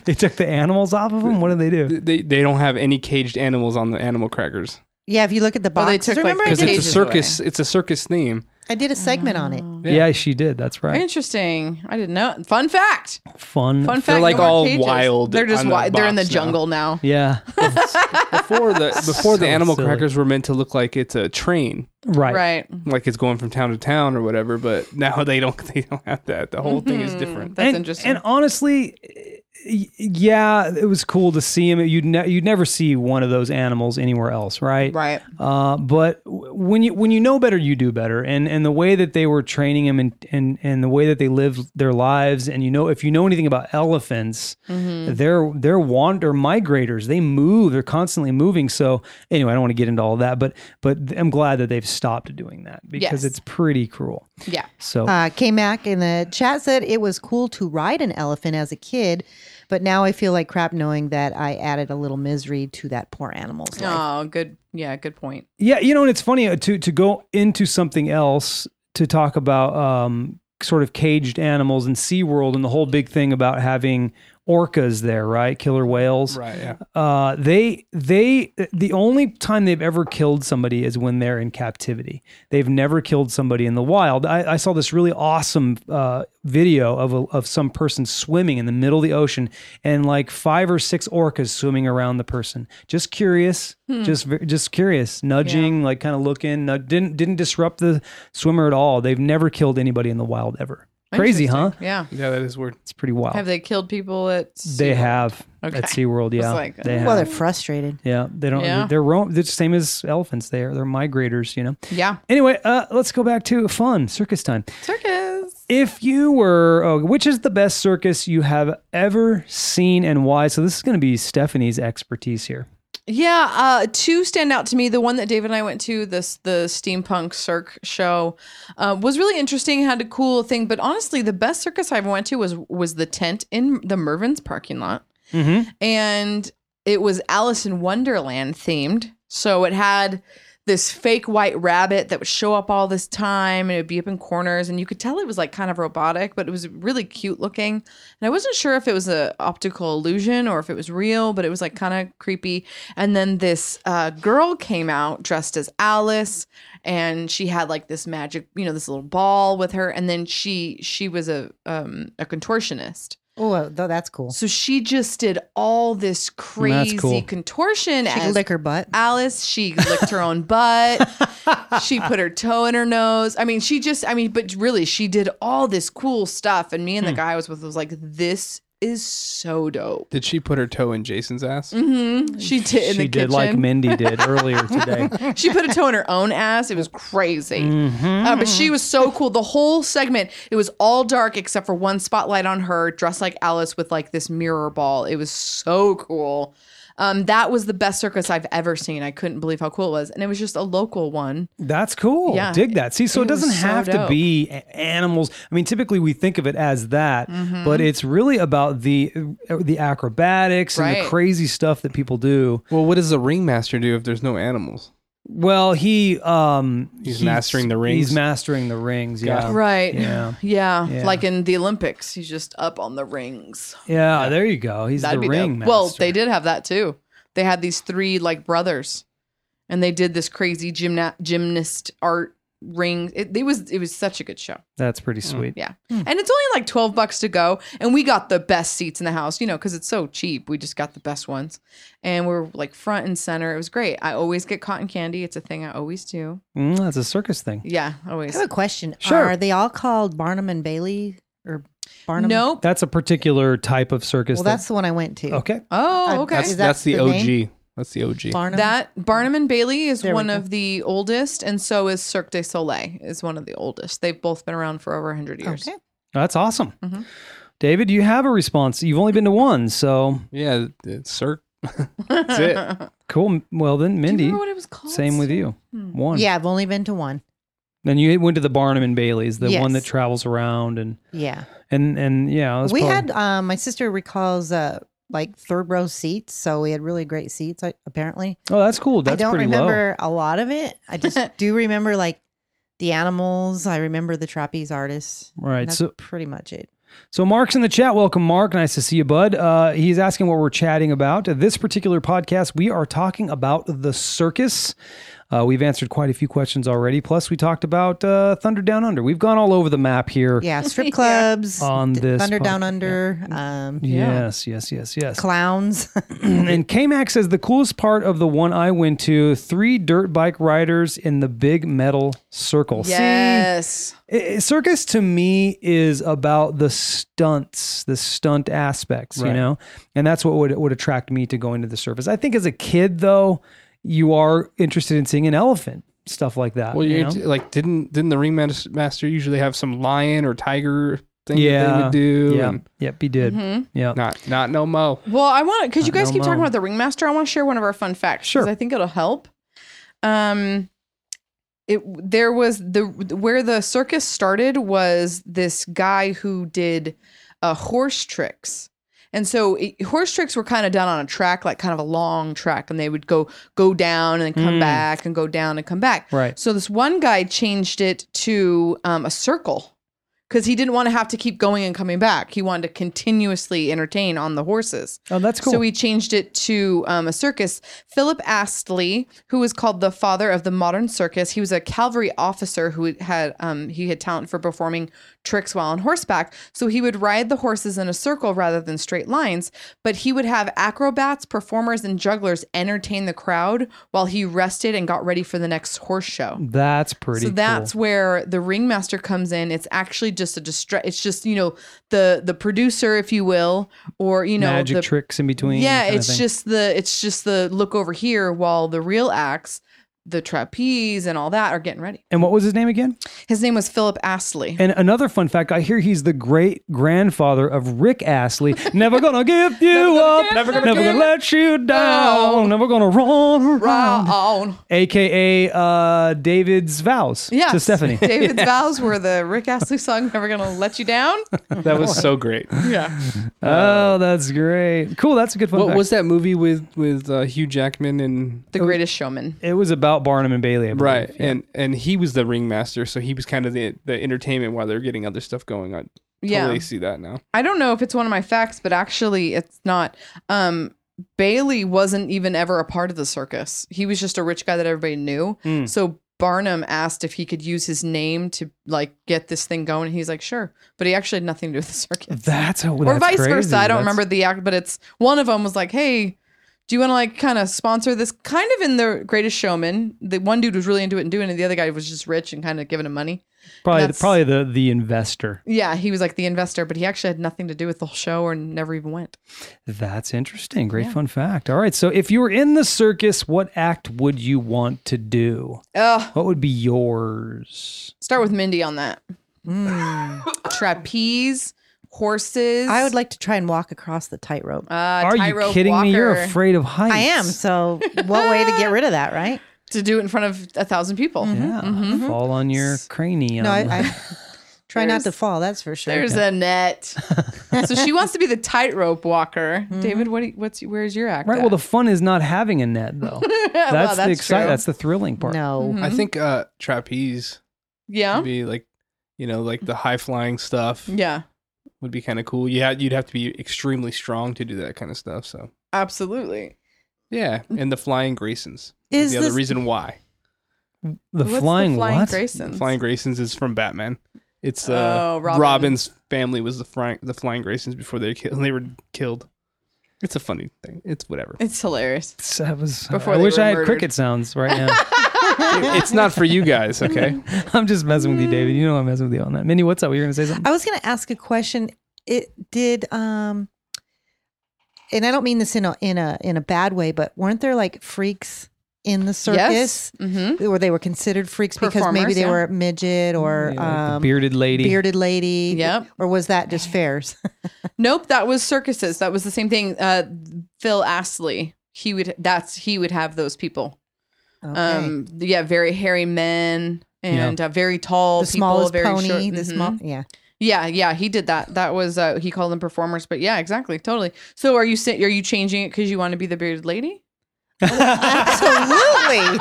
they took the animals off of them. What did they do?
Th- They they don't have any caged animals on the animal crackers
(laughs) Yeah, if you look at the
Well,
box,
they took, like,
remember I,
because
the
did,
it's
Cages
a
away.
circus. It's a circus theme.
I did a segment on it.
Oh.
Yeah. she did. That's right.
Interesting. I didn't know. Fun fact.
Fun.
Fun fact.
They're like
no more
all
cages.
wild
They're just
on the
wild. They're in the
box now.
jungle now.
Yeah.
Before (laughs) the before
So
the animal
silly.
crackers were meant to look like it's a train,
Right.
Right.
like it's going from town to town or whatever. But now they don't (laughs) they don't have that. The whole thing
Mm-hmm.
is
Mhm.
different.
That's
and,
interesting.
And honestly, y- yeah, it was cool to see him. You'd ne- you'd never see one of those animals anywhere else, right?
right.
Uh, but w- when you when you know better, you do better. And and the way that they were training him, and and and the way that they lived their lives, and you know, if you know anything about elephants,
Mm-hmm.
they're they're wander migrators. They move. They're constantly moving. So anyway, I don't want to get into all that, but but I'm glad that they've stopped doing that because
Yes.
it's pretty cruel.
Yeah.
So
Uh, K Mac in the chat said it was cool to ride an elephant as a kid, but now I feel like crap knowing that I added a little misery to that poor animal's life.
Oh, good. Yeah, good point.
Yeah, you know, and it's funny uh, to to go into something else to talk about um, sort of caged animals and SeaWorld and the whole big thing about having orcas there, right? Killer whales.
Right. Yeah.
Uh, they they the only time they've ever killed somebody is when they're in captivity. They've never killed somebody in the wild. I, I saw this really awesome uh, video of a, of some person swimming in the middle of the ocean and like five or six orcas swimming around the person. Just curious,
Hmm.
just ver- just curious, nudging, like kind of looking. nu- didn't didn't disrupt the swimmer at all. They've never killed anybody in the wild ever. Crazy, huh?
Interesting. Yeah.
Yeah, that is weird.
It's pretty wild.
Have they killed people at?
they
SeaWorld?
have at
Okay.
SeaWorld, yeah.
like, uh,
they have.
Well, they're frustrated.
Yeah, they don't.
Yeah.
They're roam. They're the same as elephants. They are. They're migrators. You know.
Yeah.
Anyway, uh, let's go back to fun circus time.
Circus.
If you were, oh, which is the best circus you have ever seen and why? So this is going to be Stephanie's expertise here.
Yeah, uh, two stand out to me. The one that David and I went to, this the steampunk circ show, uh, was really interesting. Had a cool thing, but honestly, the best circus I ever went to was was the tent in the Mervin's parking lot,
Mm-hmm.
and it was Alice in Wonderland themed. So it had this fake white rabbit that would show up all this time, and it would be up in corners, and you could tell it was like kind of robotic, but it was really cute looking. And I wasn't sure if it was a optical illusion or if it was real, but it was like kind of creepy. And then this uh, girl came out dressed as Alice, and she had like this magic, you know, this little ball with her. And then she she was a um, a contortionist,
Oh, though that's cool.
so she just did all this crazy
Mm, cool.
contortion
She
as
could lick her butt.
Alice. She licked her own butt.
(laughs)
she put her toe in her nose. I mean, she just, I mean, but really, she did all this cool stuff. And me
Hmm.
and the guy I was with was like, this is so dope.
Did she put her toe in Jason's ass?
Mm-hmm.
hmm She did in
she
the
did
kitchen.
like Mindy
(laughs)
did earlier today.
she put a toe in her own ass. It was crazy.
Mm-hmm.
Uh, but she was so cool. The whole segment, it was all dark except for one spotlight on her, dressed like Alice with like this mirror ball. It was so cool. Um, that was the best circus I've ever seen. I couldn't believe how cool it was. And it was just a local one.
That's cool.
Yeah.
Dig that. See, so it,
It was
doesn't
so
have to
dope.
be a- animals. I mean, typically we think of it as that,
Mm-hmm.
but it's really about the uh, the acrobatics and
Right.
the crazy stuff that people do.
Well, what does the ringmaster do if there's no animals?
Well, he um
He's mastering the rings?
He's mastering the rings. Yeah.
Got it.
Right.
Oh, Yeah.
yeah.
Yeah.
Like in the Olympics, he's just up on the rings.
Yeah, there you go. He's
That'd
the
be
ring
dope.
master.
Well, they did have that too. They had these three like brothers, and they did this crazy gymna- gymnast art ring. It, it was it was such a good show.
That's pretty
Mm.
sweet.
Yeah, and it's only like twelve bucks to go, and we got the best seats in the house. You know, because it's so cheap, we just got the best ones, and we are like front and center. It was great. I always get cotton candy. It's a thing I always do.
Mm, that's a circus thing.
Yeah,
I
always.
have a question.
Sure.
Are they all called Barnum and Bailey Barnum?
Nope.
That's a particular type of circus.
Well, that's the one I went to.
that, okay.
I-
Oh, okay.
Is
That's,
that
that's the,
the
OG.
name?
That's the OG.
Barnum.
That Barnum and Bailey is
There we
one
go.
of the oldest, and so is Cirque du Soleil is one of the oldest. They've both been around for over hundred years.
Okay.
That's awesome.
Mhm.
David, you have a response. You've only been to one, so
Yeah, it's Cirque. (laughs)
(laughs)
That's it.
cool. Well, then
Do you
Mindy,
remember what it was called?
same with you.
Hmm.
One.
Yeah, I've only been to one.
Then you went to the Barnum and Bailey's, the one that
Yes.
travels around and
Yeah.
and and yeah. that's
we
probably-
had um, my sister recalls uh, like third row seats, so we had really great seats. I- Apparently,
Oh, that's cool. That's
I don't
pretty low.
remember a lot of it. I
(laughs)
just do remember like the animals. I remember the trapeze artists.
All
and
Right.
that's
So
pretty
(laughs)
much it.
So Mark's in the chat. Welcome, Mark. Nice to see you, bud. Uh, he's asking what we're chatting about. This particular podcast, we are talking about the circus. Uh, we've answered quite a few questions already. Plus, we talked about uh, Thunder Down Under. We've gone all over the map here.
(laughs)
Yeah,
Yeah.
strip clubs,
On
d-
this
Thunder
pod-
Down Under,
Mm.
um,
Yes, yes, yes, yes.
clowns. (laughs)
and K-Mac says the coolest part of the one I went to, three dirt bike riders in the big metal circle. See,
Yes.
I- I- circus to me is about the stunts, the stunt aspects, you
Right.
know, and that's what would would attract me to going to the circus. I think as a kid, though, you are interested in seeing an elephant, stuff like that.
Well,
you
you're
know?
t- like didn't didn't the ringmaster usually have some lion or tiger thing that they
Yeah.
would do?
yeah,
and
yep, he did.
Mhm.
Yeah,
Not not no mo.
Well, I want because you
I
guys
don't
keep talking
know.
about the ringmaster. I want to share one of our fun facts. 'cause
Sure.
I think it'll help. Um, it there was the where the circus started was this guy who did uh, horse tricks. And so it, horse tricks were kind of done on a track, like kind of a long track, and they would go go down and come
Mm.
back and go down and come back.
right.
So this one guy changed it to um, a circle because he didn't want to have to keep going and coming back. He wanted to continuously entertain on the horses.
Oh, that's cool.
So we changed it to um, a circus. Philip Astley, who was called the father of the modern circus, he was a cavalry officer who had um, he had talent for performing tricks while on horseback. So he would ride the horses in a circle rather than straight lines. But he would have acrobats, performers, and jugglers entertain the crowd while he rested and got ready for the next horse show
that's Mm, pretty.
so that's
cool.
where the ringmaster comes in it's actually just a distra- it's just you know the the producer if you will or you know
magic
the
tricks in between.
yeah
kinda
it's
thing.
just the it's just the look over here while the real acts the trapeze and all that are getting ready
And what was his name again?
his name was philip astley
And another fun fact: I hear he's the great grandfather of Rick Astley. Never gonna give you up.
never gonna
never
give
gonna let you down.
down.
Never gonna run around.
Wow.
AKA uh, David's vows
Yes.
to
(laughs)
Stephanie. (laughs)
David's vows were the Rick Astley song, Never Gonna Let You Down.
(laughs)
That was so great.
Yeah.
oh, that's great. Cool. That's a good fun
what (laughs)
fact.
was that movie with with uh, Hugh Jackman and
Oh.
The Greatest Showman.
it was about Barnum and Bailey, I believe.
right and and he was the ringmaster, so he was kind of the the entertainment while they're getting other stuff going on.
Yeah.
Totally see that now.
I don't know if it's one of my facts, but actually it's not. Um, Bailey wasn't even ever a part of the circus. He was just a rich guy that everybody knew.
Mm.
So Barnum asked if he could use his name to like get this thing going. And he's like, sure. But he actually had nothing to do with the circus.
That's a
or vice versa. I don't remember the act, but it's one of them was like, hey, do you want to like kind of sponsor this? Kind of in the greatest showman. The one dude was really into it and doing it. The other guy was just rich and kind of giving him money.
Probably,
That's-
probably the the investor.
Yeah, he was like the investor, but he actually had nothing to do with the whole show or never even went.
That's interesting. Great fun fact. All right. So, if you were in the circus, what act would you want to do?
Ugh.
What would be yours?
Start with Mindy on that.
Mm.
(laughs) Trapeze, horses.
I would like to try and walk across the tightrope.
Uh,
Are you
tightrope
kidding me? You're
walker
afraid of heights.
I am. So, what way to get rid of that,
(laughs)
right?
to do it in front of a thousand people.
Yeah,
Mm-hmm.
Mhm.
fall on your cranium.
No,
(laughs)
I, I try not to
There's-
fall. That's for sure.
There's a
(laughs)
net. so she wants to be the tightrope walker.
Mm-hmm.
David, what? Do you, what's where's your act?
right. Well,
at?
the fun is not having a net, though. That's,
(laughs) Well,
the exciting.
true.
That's the thrilling part.
no.
Mm-hmm.
I think uh trapeze would
yeah,
be like you know like the high flying stuff
yeah,
would be kind of cool. Yeah, you'd have to be extremely strong to do that kind of stuff. So
absolutely.
yeah,
Mm.
and the flying Graysons
Is
the other
this-
reason why.
The
What's
flying,
the flying
what?
Graysons?
Flying Graysons is from Batman. It's uh,
Oh, Robin.
Robin's family was the flying the Flying Graysons before they were killed. They were killed. It's
(laughs)
a funny thing. It's whatever.
It's hilarious.
It's- that was-
Before
I
they
wish
were
I had
murdered.
cricket sounds right now.
it's not for you guys, okay?
I'm just messing with you, David. You know I'm messing with you on that. Minnie, what's up? Were you gonna say something?
I was going to ask a question. It did, um, and I don't mean this in a in a in a bad way, but weren't there like freaks in the circus,
Mm-hmm.
or they were considered freaks because maybe
Performers,
they
yeah.
were midget or
Yeah, like the
um,
bearded lady.
bearded lady?
Yep.
Or was that just fairs? (laughs)
Nope, that was circuses. That was the same thing. Uh, Phil Astley, he would that's he would have those people.
okay.
Um, yeah, very hairy men and uh, very tall,
the
people,
smallest
very
pony,
short-
the
mhm.
small, yeah.
Yeah, yeah, he did that. That was uh, he called them performers, but yeah, exactly, totally. So are you sa- are you changing it because you want to be the bearded lady? (laughs)
Absolutely.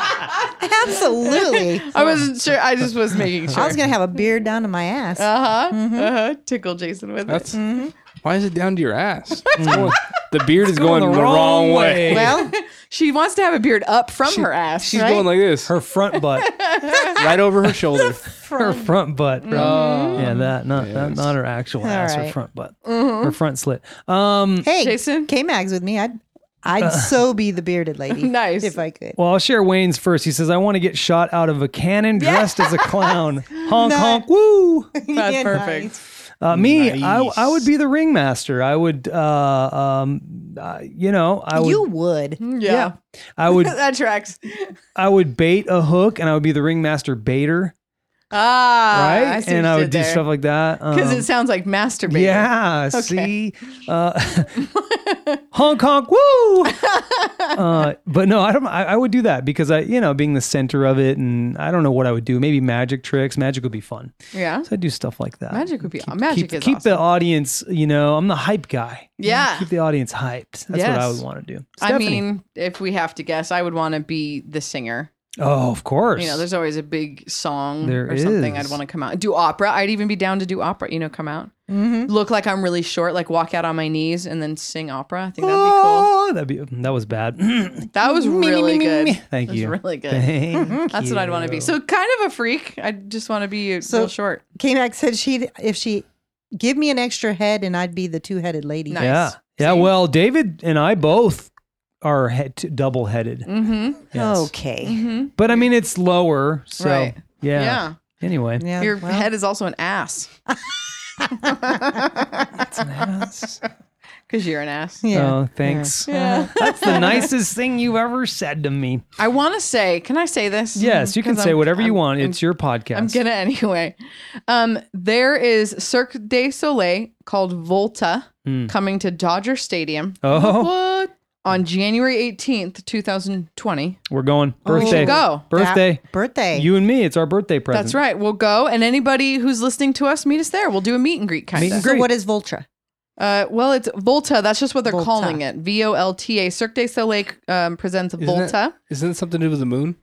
Absolutely.
I wasn't sure. I just was making sure.
(laughs) I was going to have a beard down to my ass.
Uh huh.
Mhm.
Uh huh. Tickle Jason with
That's
it.
why is it down to your (laughs) ass? It's going- the beard is going, the wrong, way.
Well,
She wants to have a beard up from
She-
her ass.
She's
right?
going like this,
Her front butt.
right over her shoulder.
her front butt. bro.
Oh.
Yeah, that not that,
Yes.
not her actual ass, her
right.
front butt, her front slit. Um,
hey,
Jason?
K Mags with me. I'd,
Uh.
I'd so be the
(laughs)
bearded lady.
Nice.
If I could.
well, I'll share Wayne's first. He says, "I want to get shot out of a cannon dressed as a
(laughs)
clown." Honk,
Nice.
honk, woo!
That's
(laughs) Yeah,
perfect.
nice.
Uh, me,
Nice.
I, I would be the ringmaster. I would, uh, um, uh, you know, I would,
you would.
Mm, yeah.
I would,
(laughs) that tracks.
I would bait a hook, and I would be the ringmaster baiter,
Ah,
right?
I see
and
what
I
you
would do
did there.
stuff like that
because
Um,
it sounds like masturbating.
Yeah. See, uh,
(laughs)
honk honk, woo. uh, but no, I don't. I, I would do that because I, you know, being the center of it, and I don't know what I would do. Maybe magic tricks. Magic would be fun.
yeah.
So I do stuff like that.
Magic would be
Keep,
magic
keep,
is
keep
awesome.
the audience. You know, I'm the hype guy. You know,
Yeah.
keep the audience hyped. That's what I
Yes.
would want to do.
I
Stephanie.
mean, if we have to guess, I would want to be the singer.
oh, of course.
You know, there's always a big song
There
or something.
is.
I'd want to come out do opera. I'd even be down to do opera. You know, come out,
Mhm.
look like I'm really short, like walk out on my knees and then sing opera. I think that'd be cool.
Oh, that'd be that was bad. (clears throat)
That was really good.
Thank
That was
you. (laughs)
really good.
Thank
That's what I'd want to be.
you.
So kind of a freak. I just want to be
So-
real short.
K Max said she'd, if she give me an extra head and I'd be the two headed lady.
Nice.
Yeah. Yeah. Well, David and I both are head- double headed.
Mm-hmm.
Yes.
Okay.
hmm
But I mean, it's lower. So,
Right.
yeah.
Yeah.
Anyway.
Yeah.
Your (laughs)
well,
head is also an ass
(laughs)
because you're an ass.
Yeah.
Oh, thanks.
Yeah.
That's the nicest thing you've ever said to me.
I want to say, can I say this?
Yes, you can
Mm, 'Cause
say
I'm-
whatever you
I'm-
want. it's your podcast.
I'm gonna (laughs) anyway. Um, there is Cirque du Soleil called Volta
Mm.
coming to Dodger Stadium
Oh,
What? on January 18th, 2020.
we're going.
Oh, we should
Birthday.
Go.
that-
Birthday.
birthday.
You and me. It's our birthday present.
That's right. We'll go, and anybody who's listening to us, meet us there. We'll do a meet and greet kind
Meet
of.
and
so
great.
what is Voltra?
Uh, well, it's Volta. That's just what they're
Volta.
calling it. V O L T A. Cirque du Soleil um, presents
Isn't it-
Volta.
Isn't it something to do with the moon?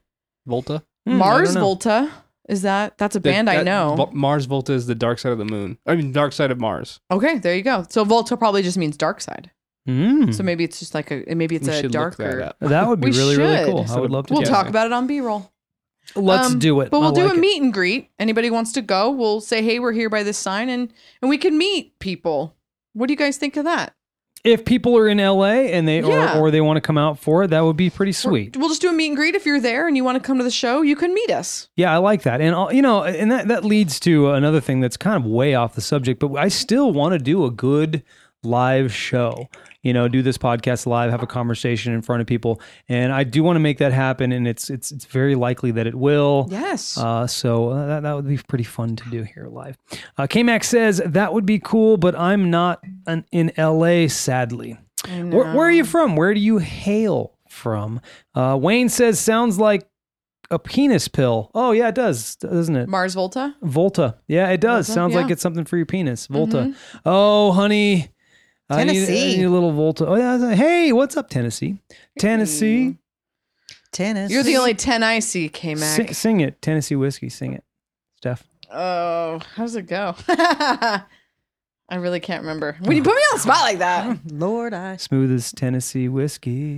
Volta?
Hmm, I
Mars
don't know.
Volta. Is that? That's a
The-
band I
that-
know.
Vo- Mars Volta is the dark side of the moon. I mean, dark side of Mars.
okay, there you go. So Volta probably just means dark side.
Hmm.
So maybe it's just like a. Maybe it's
we
a
should look that
darker.
up.
that would be
We
really, really
should.
cool. I would love to
We'll
do
talk about it on B roll.
that. Let's
Um,
do it.
But we'll
I
do
like
a
it.
meet and greet. Anybody wants to go, we'll say, "Hey, we're here by this sign," and and we can meet people. What do you guys think of that?
If people are in LA and they
Yeah.
or, or they want to come out for it, that would be pretty sweet.
We'll just do a meet and greet. If you're there and you want to come to the show, you can meet us.
Yeah, I like that. And I'll- you know, and that that leads to uh, another thing that's kind of way off the subject, but I still want to do a good live show. You know, do this podcast live, have a conversation in front of people, and I do want to make that happen and it's it's it's very likely that it will.
Yes.
Uh, so uh, that, that would be pretty fun to do here live. Uh, K-Max says, that would be cool, but I'm not an, in LA, sadly. Where, where are you from? Where do you hail from? Uh, Wayne says, sounds like a penis pill. Oh, yeah, it does, doesn't it?
Mars Volta.
Volta. Yeah, it does.
Volta,
sounds like
yeah. Mm-hmm.
it's something for your penis. Volta. Oh, honey. I need- I need,
Tennessee.
a little Volta. Oh, yeah. that's- Hey, what's up, Tennessee? Tennessee.
Tennis.
You're the only ten I see, K
Sing,
Mac.
sing it. Tennessee whiskey. Sing it. Steph.
Oh, how's it go? (laughs) I really can't remember. When you put me on the spot
(laughs)
like that.
Oh, Lord, I.
Smooth as Tennessee whiskey.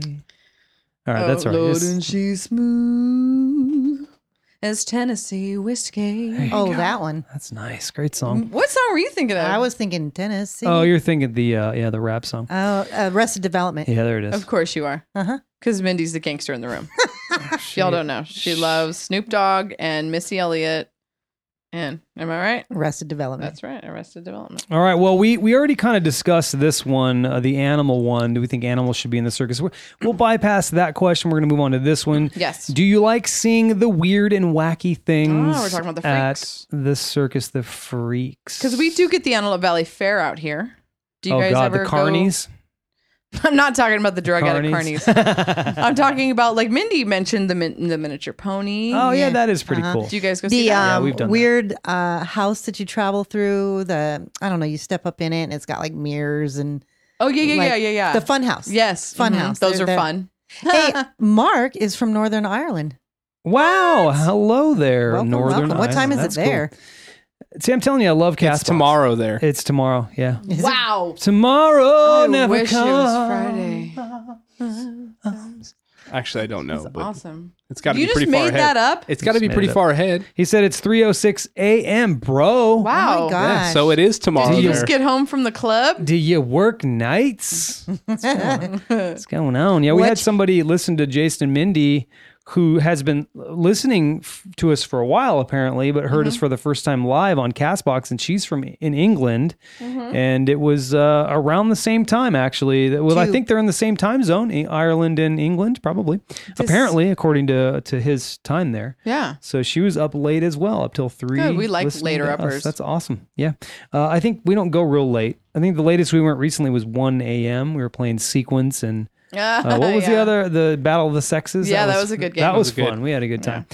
All right,
Oh,
that's all right.
Lord,
It's-
and she's smooth as Tennessee whiskey.
Oh, that one.
that's nice. Great song.
What song were you thinking of?
I was thinking
Mm-hmm.
Tennessee.
Oh, you're thinking the uh, yeah the rap song.
Oh, Arrested Development.
Yeah, there it is.
Of course you are.
Uh huh.
Because Mindy's the gangster in the room. (laughs) If y'all don't know. She loves Snoop Dogg and Missy Elliott. And am I
Mm.
right?
Arrested Development.
That's right. Arrested Development.
All right. Well, we we already kind of discussed this one, uh, the animal one. Do we think animals should be in the circus? We're, we'll bypass that question. We're going to move on to this one.
Yes. Ah,
Do you like seeing the weird and wacky things
we're talking about the freaks.
at the circus, the freaks?
Because we do get the Antelope Valley Fair out here. Do you
oh
guys
God,
ever
the carnies,
Go... (laughs) I'm not talking about the drug addict carnies.
carnies.
I'm talking about like Mindy mentioned the min- the miniature pony.
(laughs) oh yeah,
Yeah.
that is pretty
Uh-huh.
cool.
Do you guys go see
The
that?
Yeah,
um,
we've done that.
weird uh, house that you travel through. The I don't know. You step up in it, and it's got like mirrors and
oh yeah, yeah,
like,
yeah, yeah, yeah.
the fun house.
yes,
fun
mhm.
house.
Those
They're-
are
they're-
fun. (laughs)
Hey, Mark is from Northern Ireland.
wow, hello there,
Welcome,
Northern.
welcome. What time is
Ireland. That's
it
cool.
there?
See, I'm telling you, I love Castbox.
It's tomorrow there.
It's tomorrow. Yeah,
Is it-
wow.
tomorrow
I
never
wish it
comes.
was Friday.
Actually, I don't know,
That's
but
Oh
awesome.
it's got to
You
be
just
pretty far
made
ahead.
that up.
It's got to
Just
be
made
pretty
it up.
far ahead.
He said it's 3:06 a.m., bro.
Wow.
Oh my
Yeah,
gosh.
so it is tomorrow.
Did you
there.
just get home from the club?
Do you work nights? What's going on? Yeah, we
What-
had somebody listen to Jason and Mindy who has been listening f- to us for a while apparently, but
Mm-hmm.
heard us for the first time live on Castbox and she's from in England
Mm-hmm.
and it was uh, around the same time actually. that- Well, I
Two.
think they're in the same time zone, I- Ireland and England probably. apparently according to to his time there.
yeah.
So she was up late as well, up till three.
Good, we like
listening
later
to us.
uppers.
That's awesome. Yeah, uh, I think we don't go real late. I think the latest we went recently was one a.m. We were playing sequence and uh, what was the
(laughs) Yeah.
other? The Battle of the Sexes.
Yeah, that was a good game.
That
That
was,
was good.
fun. We had a good time.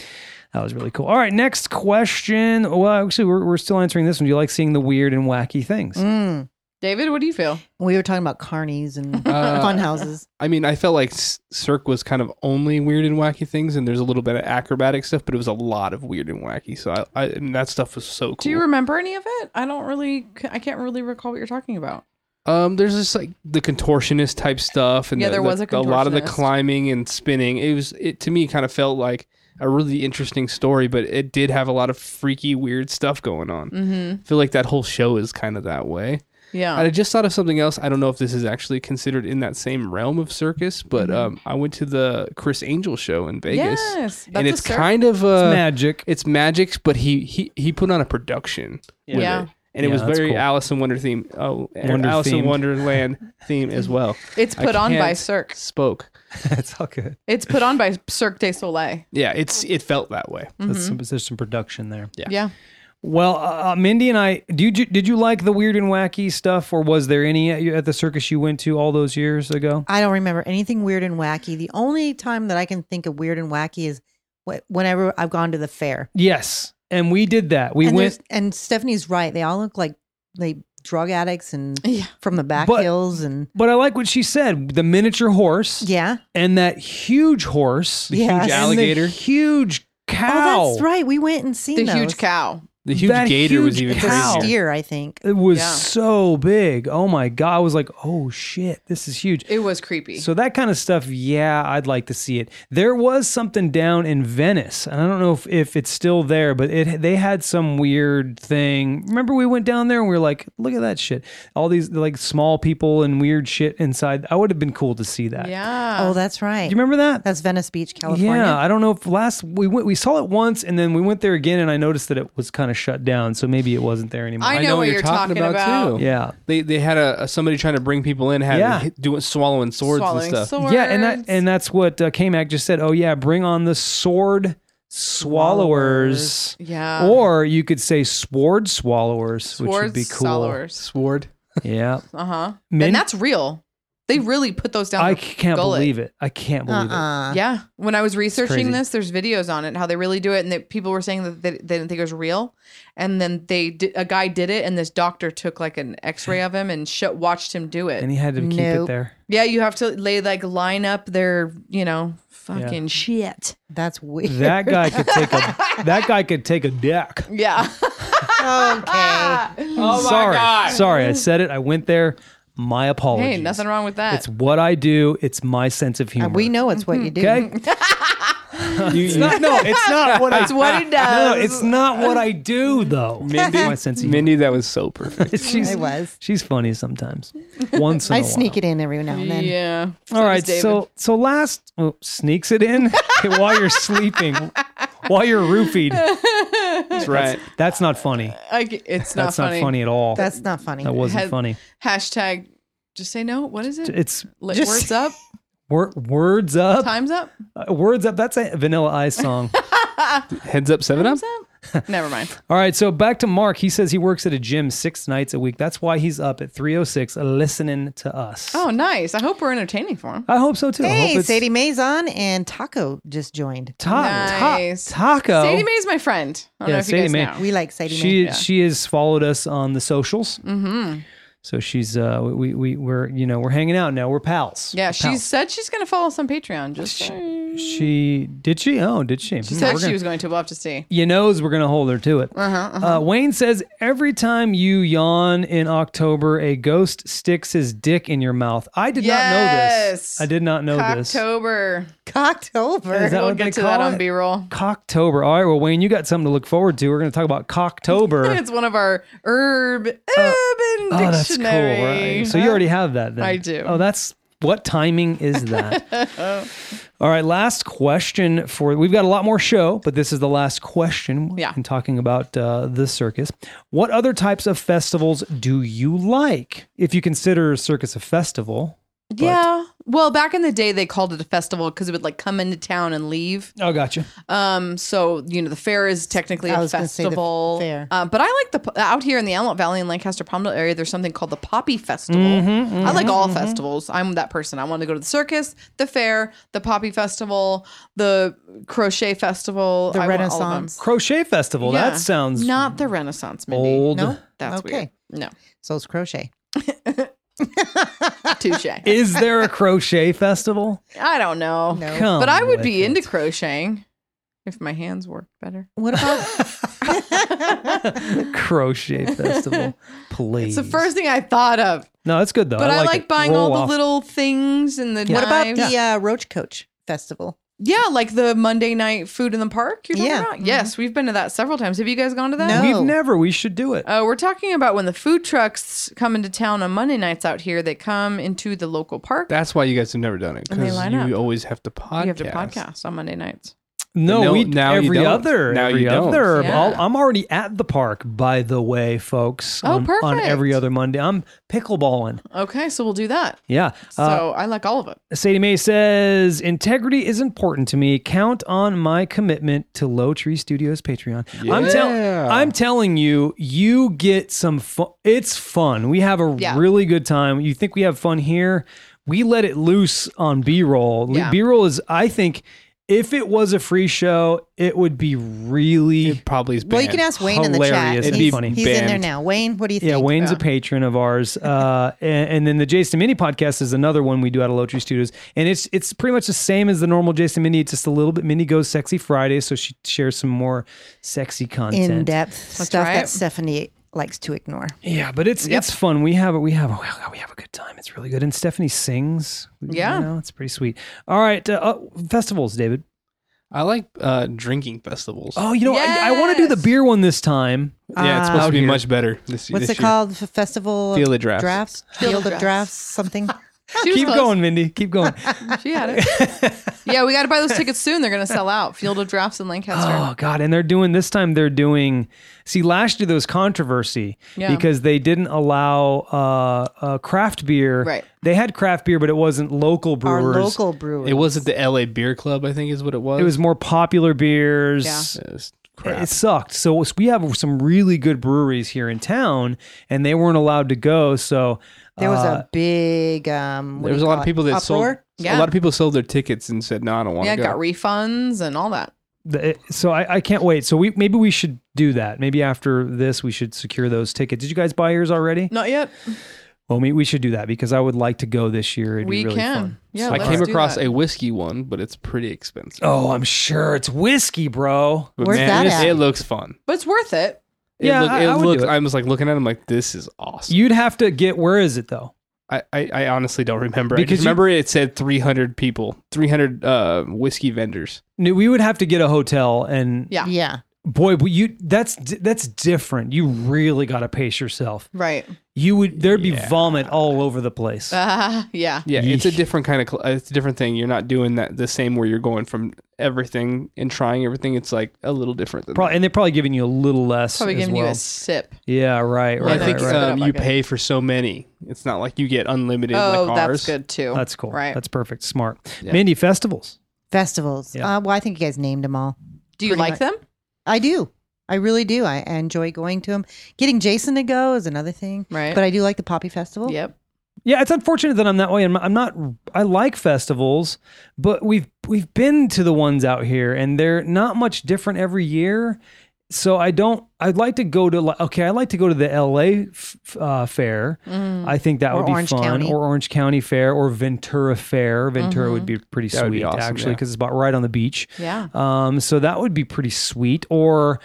That was really cool. All right, next question. Well, actually, we're, we're still answering this one. Do you like seeing the weird and wacky things?
Mm.
David, what do you feel?
We were talking about carnies and
Uh,
(laughs) fun houses.
I mean, I felt like S- Cirque was kind of only weird and wacky things, and there's a little bit of acrobatic stuff, but it was a lot of weird and wacky. So I, I and that stuff was so cool.
Do you remember any of it? I don't really. I can't really recall what you're talking about.
um, there's just like the contortionist type stuff, and
Yeah,
the-
there
the-
was a
the- lot of the
contortionist.
climbing and spinning. It was it to me kind of felt like a really interesting story, but it did have a lot of freaky, weird stuff going on.
Mm-hmm.
I feel like that whole show is kind of that way.
Yeah.
I just thought of something else. I don't know if this is actually considered in that same realm of circus,
Mm-hmm.
but um, I went to the Chris Angel show in Vegas,
Yes, that's
and
a
it's
circ-
kind of uh,
Magic.
it's magic, but he he he put on a production. with
Yeah.
it. And it
Yeah,
was
that's
very
cool.
Alice in Wonder theme, oh, and
Wonder
Alice
themed.
in
(laughs)
Wonderland theme as well.
It's
I
put on by
can't-
Cirque.
Spoke,
(laughs) That's all good.
It's put on by Cirque du Soleil.
yeah, it's it felt that way.
Mm-hmm.
That's some, there's some production there.
Yeah.
Yeah.
Well, uh, uh, Mindy and I, do you, did you like the weird and wacky stuff, or was there any at, at the circus you went to all those years ago?
I don't remember anything weird and wacky. The only time that I can think of weird and wacky is wh- whenever I've gone to the fair.
Yes, and we did that. We
and
went,
there's- and Stephanie's right. They all look like like drug addicts and
Yeah.
from the back
But-
hills and
but I like what she said: the miniature horse
yeah.
and that huge horse,
The huge
and
alligator.
huge cow.
Oh, that's right. We went and seen
The
those.
huge cow.
The huge
That
gator was
huge
even
cow.
crazier.
Deer, I think.
It was
Yeah.
so big. Oh my god! I was like, oh shit, this is huge.
It was creepy.
So that kind of stuff, yeah, I'd like to see it. There was something down in Venice, and I don't know if, if it's still there, but it they had some weird thing. Remember we went down there and we were like, look at that shit. All these like small people and weird shit inside. I would have been cool to see that.
yeah.
Oh, that's right.
Do Uh, you remember that?
That's Venice Beach, California.
Yeah, I don't know if last we went we saw it once and then we went there again and I noticed that it was kind of shut down, so maybe it wasn't there anymore.
I know what you're talking about.
too.
yeah.
They they had a, a somebody trying to bring people in, had
Yeah.
hit- doing swallowing swords
Swallowing
and stuff.
swords.
Yeah, and that and that's what uh, K-Mac just said. Oh yeah, bring on the sword swallowers.
yeah.
Or you could say sword swallowers, which would
Swords,
be cool.
Swallowers.
Sword.
Yeah.
Uh huh.
Min-
and that's real. They really put those down.
I
their
can't
gullet.
believe it. I can't believe it.
Uh-uh.
Yeah, when I was
crazy.
researching this, there's videos on it how they really do it, and that people were saying that they, they didn't think it was real, and then they did, a guy did it, and this doctor took like an X-ray of him and sh- watched him do it.
And he had to keep it
Nope.
there.
yeah, you have to they like line up their you know fucking shit.
That's weird. (laughs)
That guy could take a (laughs) that guy could take a deck.
(laughs) Yeah.
okay.
Oh my sorry. God. Sorry, I said it. I went there. My apologies.
hey, nothing wrong with
(laughs)
that.
It's what I do. It's my sense of humor.
we Uh, know it's what you do.
Okay.
You, you- no, it's not
(laughs)
what I.
That's what he does.
No, it's not what I do though.
Mindy,
My sense of
Mindy, that was (laughs) so perfect.
(laughs) she's
I was.
she's funny sometimes. Once in
I
a
sneak
while.
it in every now and then.
Yeah.
All right, so so last oh, sneaks it in (laughs) Okay, while you're sleeping, while you're roofied.
That's right.
That's not funny.
I g it's not
That's
funny.
not funny at all.
That's not funny.
that wasn't
Has-
funny.
Hashtag. Just say no. What is it?
It's
Li-
just-
words up.
wor- words (laughs) up,
Times up.
Uh, words up. That's a Vanilla Ice song.
Heads up, seven up.
Times up. Never mind.
(laughs) All right, so back to Mark. He says he works at a gym six nights a week. That's why he's up at 306 listening to us.
Oh, nice. I hope we're entertaining for him.
I hope so too. I hope
Hey,
it's-
Sadie Mae's on and Taco just joined.
Ta- ta-
Nice.
Uh, taco.
Sadie Mae's my friend. I don't
Yeah,
know if
Sadie
you guys
Mae.
know.
We like Sadie Mae.
she she has followed us on the socials.
mm-hmm.
So she's uh we we we're you know we're hanging out now. We're pals.
Yeah,
We're
she said she's going to follow us on Patreon. Just saying.
pals. she did she oh did she?
she said she was going to. We'll have to see.
You knows we're gonna hold her to it.
Uh-huh.
Uh, Wayne says every time you yawn in October, a ghost sticks his dick in your mouth. I did
Yes.
not know this. I did not know this.
October.
(laughs) cocked
Is that
over.
We'll
what they
get to that
call
on
it?
B roll.
(laughs) Cocktober. All right, well, Wayne, you got something to look forward to. We're going to talk about
(laughs)
Cocktober.
It's one of our herb urban
oh, that's cool.
dictionary.
Right? So you already have that then.
I do.
Oh, that's what timing is
(laughs)
that? All right, last question for we've got a lot more show, but this is the last question.
Yeah.
In talking about uh, the circus, what other types of festivals do you like? If you consider a circus a festival.
yeah. Well, back in the day, they called it a festival because it would like come into town and leave.
Oh, gotcha.
Um, so you know, the fair is technically
I
a
was gonna say the
festival.
fair.
Uh, but I like the p- out here in the Antelope Valley in Lancaster Palmdale area. There's something called the Poppy Festival.
Mm-hmm,
I like all festivals. I'm that person. I want to go to the circus, the fair, the Poppy Festival, the crochet festival,
The
I want all of them.
Renaissance.
Crochet festival.
Yeah.
That sounds
not the Renaissance, Mindy.
old.
No?
That's
Okay.
weird. No,
So it's crochet. (laughs)
touche.
Is there a crochet festival?
I don't know.
No.
Come
but I would be
with
into crocheting if my hands worked better.
What
(laughs)
about
crochet festival. Please.
(laughs) It's the first thing I thought of.
No, it's good though.
But I like,
it.
buying
Roll
all
off.
the little things and the
what about
knives.
the uh, Roach Coach Festival?
yeah. like the Monday night food in the park. You're talking
Yeah.
about? Yes, we've been to that several times. Have you guys gone to that?
No.
We've never. We should do it.
Uh, we're talking about when the food trucks come into town on Monday nights out here. They come into the local park.
That's why you guys have never done it
And they
because
line
you
up.
always have to podcast.
you have to podcast on Monday nights.
no,
no,
we
now you
every
don't.
other.
Now you
every
don't.
other.
Yeah.
I'll, I'm already at the park, by the way, folks.
Oh,
on, On every
perfect.
other Monday, I'm pickleballing.
Okay, so we'll do that.
Yeah. Uh,
So I like all of it.
Sadie Mae says integrity is important to me. Count on my commitment to Low Tree Studios Patreon. I'm
Yeah.
telling. I'm telling you, you get some fun. It's fun. We have a
Yeah.
really good time. You think we have fun here? We let it loose on B roll.
Yeah.
B roll is, I think, if it was a free show, it would be really.
It probably is.
Well, you can
banned.
ask Wayne in the chat.
Hilarious.
It'd be
he's
funny.
he's in there
Banned.
now. Wayne, what do you think?
Yeah, Wayne's
Yeah.
a patron of
(laughs)
ours, uh, and, and then the Jason Mini podcast is another one we do out of Lotry Studios, and it's it's pretty much the same as the normal Jason Mini. It's just a little bit. Mini goes sexy Friday, so she shares some more sexy content.
in depth stuff
right.
that Stephanie likes to ignore.
Yeah, but it's it's fun. We have we have oh, God, we have a good time. It's really good, and Stephanie sings.
Yeah.
you know, it's pretty sweet. All right, uh, uh, festivals, David.
I like uh, drinking festivals.
Oh, you know, I, I want to do the
Yes.
beer one this time.
yeah, it's supposed to be much better. This,
What's
this
it
year.
called? F- Festival of
Field of Drafts.
Field, of
Drafts.
drafts. Something.
She was
Keep
close.
going, Mindy. Keep going.
She had it. yeah, we got to buy those tickets soon. They're going to sell out. Field of Drafts in Lancaster.
(gasps) Oh God! And they're doing this time. They're doing. See, last year there was controversy
Yeah.
because they didn't allow uh, uh, craft beer.
Right.
They had craft beer, but it wasn't local
Our
brewers.
local brewery.
It wasn't the L.A. Beer Club. I think is what it was.
It was more popular beers.
Yeah.
It was
It-
crap.
It sucked. So it was- we have some really good breweries here in town, and they weren't allowed to go. So
There was
uh,
a big. Um, what
there
do
was
you
a lot
call
of
it?
people that sold.
uproar.
Yeah.
A lot of people sold their tickets and said, "No, I don't want
yeah,
to go."
got refunds and all that.
the- it- so I, I can't wait. So we maybe we should do that. Maybe after this we should secure those tickets. Did you guys buy yours already?
Not yet.
Well, we, we should do that because I would like to go this year. It'd
we
be really
can.
fun.
Yeah,
I
let's
came
do
across
that.
a whiskey one, but it's pretty expensive.
Oh, I'm sure it's whiskey, bro.
But
Where's
man,
that
It
at?
looks fun.
but it's worth it.
It
Yeah,
look-
I-
it
I would do
looks.
it.
I was like looking at him like this is awesome.
You'd have to get where is it though?
I, I, I honestly don't remember. Because I
Because
just
you-
remember it said 300 people, 300 uh, whiskey vendors.
No, we would have to get a hotel, and
Yeah.
Yeah.
boy, we- you that's di- that's different. You really got to pace yourself.
Right. (laughs)
You would there'd be
Yeah.
vomit all over the place.
Uh, yeah.
Yeah, it's a
Yeesh.
different kind of cl- uh, it's a different thing. You're not doing that the same where you're going from everything and trying everything. It's like a little different. Than
Probably, and they're probably giving you a little less.
Probably
as
giving you
well.
a sip.
Yeah, right,
that.
right,
I
Yeah,
right,
think
right.
right.
um, you
Okay.
pay for so many. It's not like you get unlimited
oh,
like
that's
ours.
good too.
That's cool.
Right.
That's perfect. Smart.
Yeah.
Mindy festivals.
Festivals.
Yeah.
Uh, well, I think you guys named them all.
Do you
pretty
like
much-
them?
I do. I really do. I I enjoy going to them. Getting Jason to go is another thing.
Right.
But I do like the Poppy Festival.
yep.
Yeah, it's unfortunate that I'm that way. I'm, I'm not. I like festivals, but we've we've been to the ones out here, and they're not much different every year. So I don't. I'd like to go to. like Okay, I like to go to the L.A. F- uh, fair. I think that
Mm. Or
would be
Orange
fun,
County. Mm-hmm.
or Orange County Fair, or Ventura Fair. Ventura would be pretty
That would be
sweet
awesome,
actually,
yeah.
because it's about right on the beach.
Yeah.
Um, so that would be pretty sweet. Or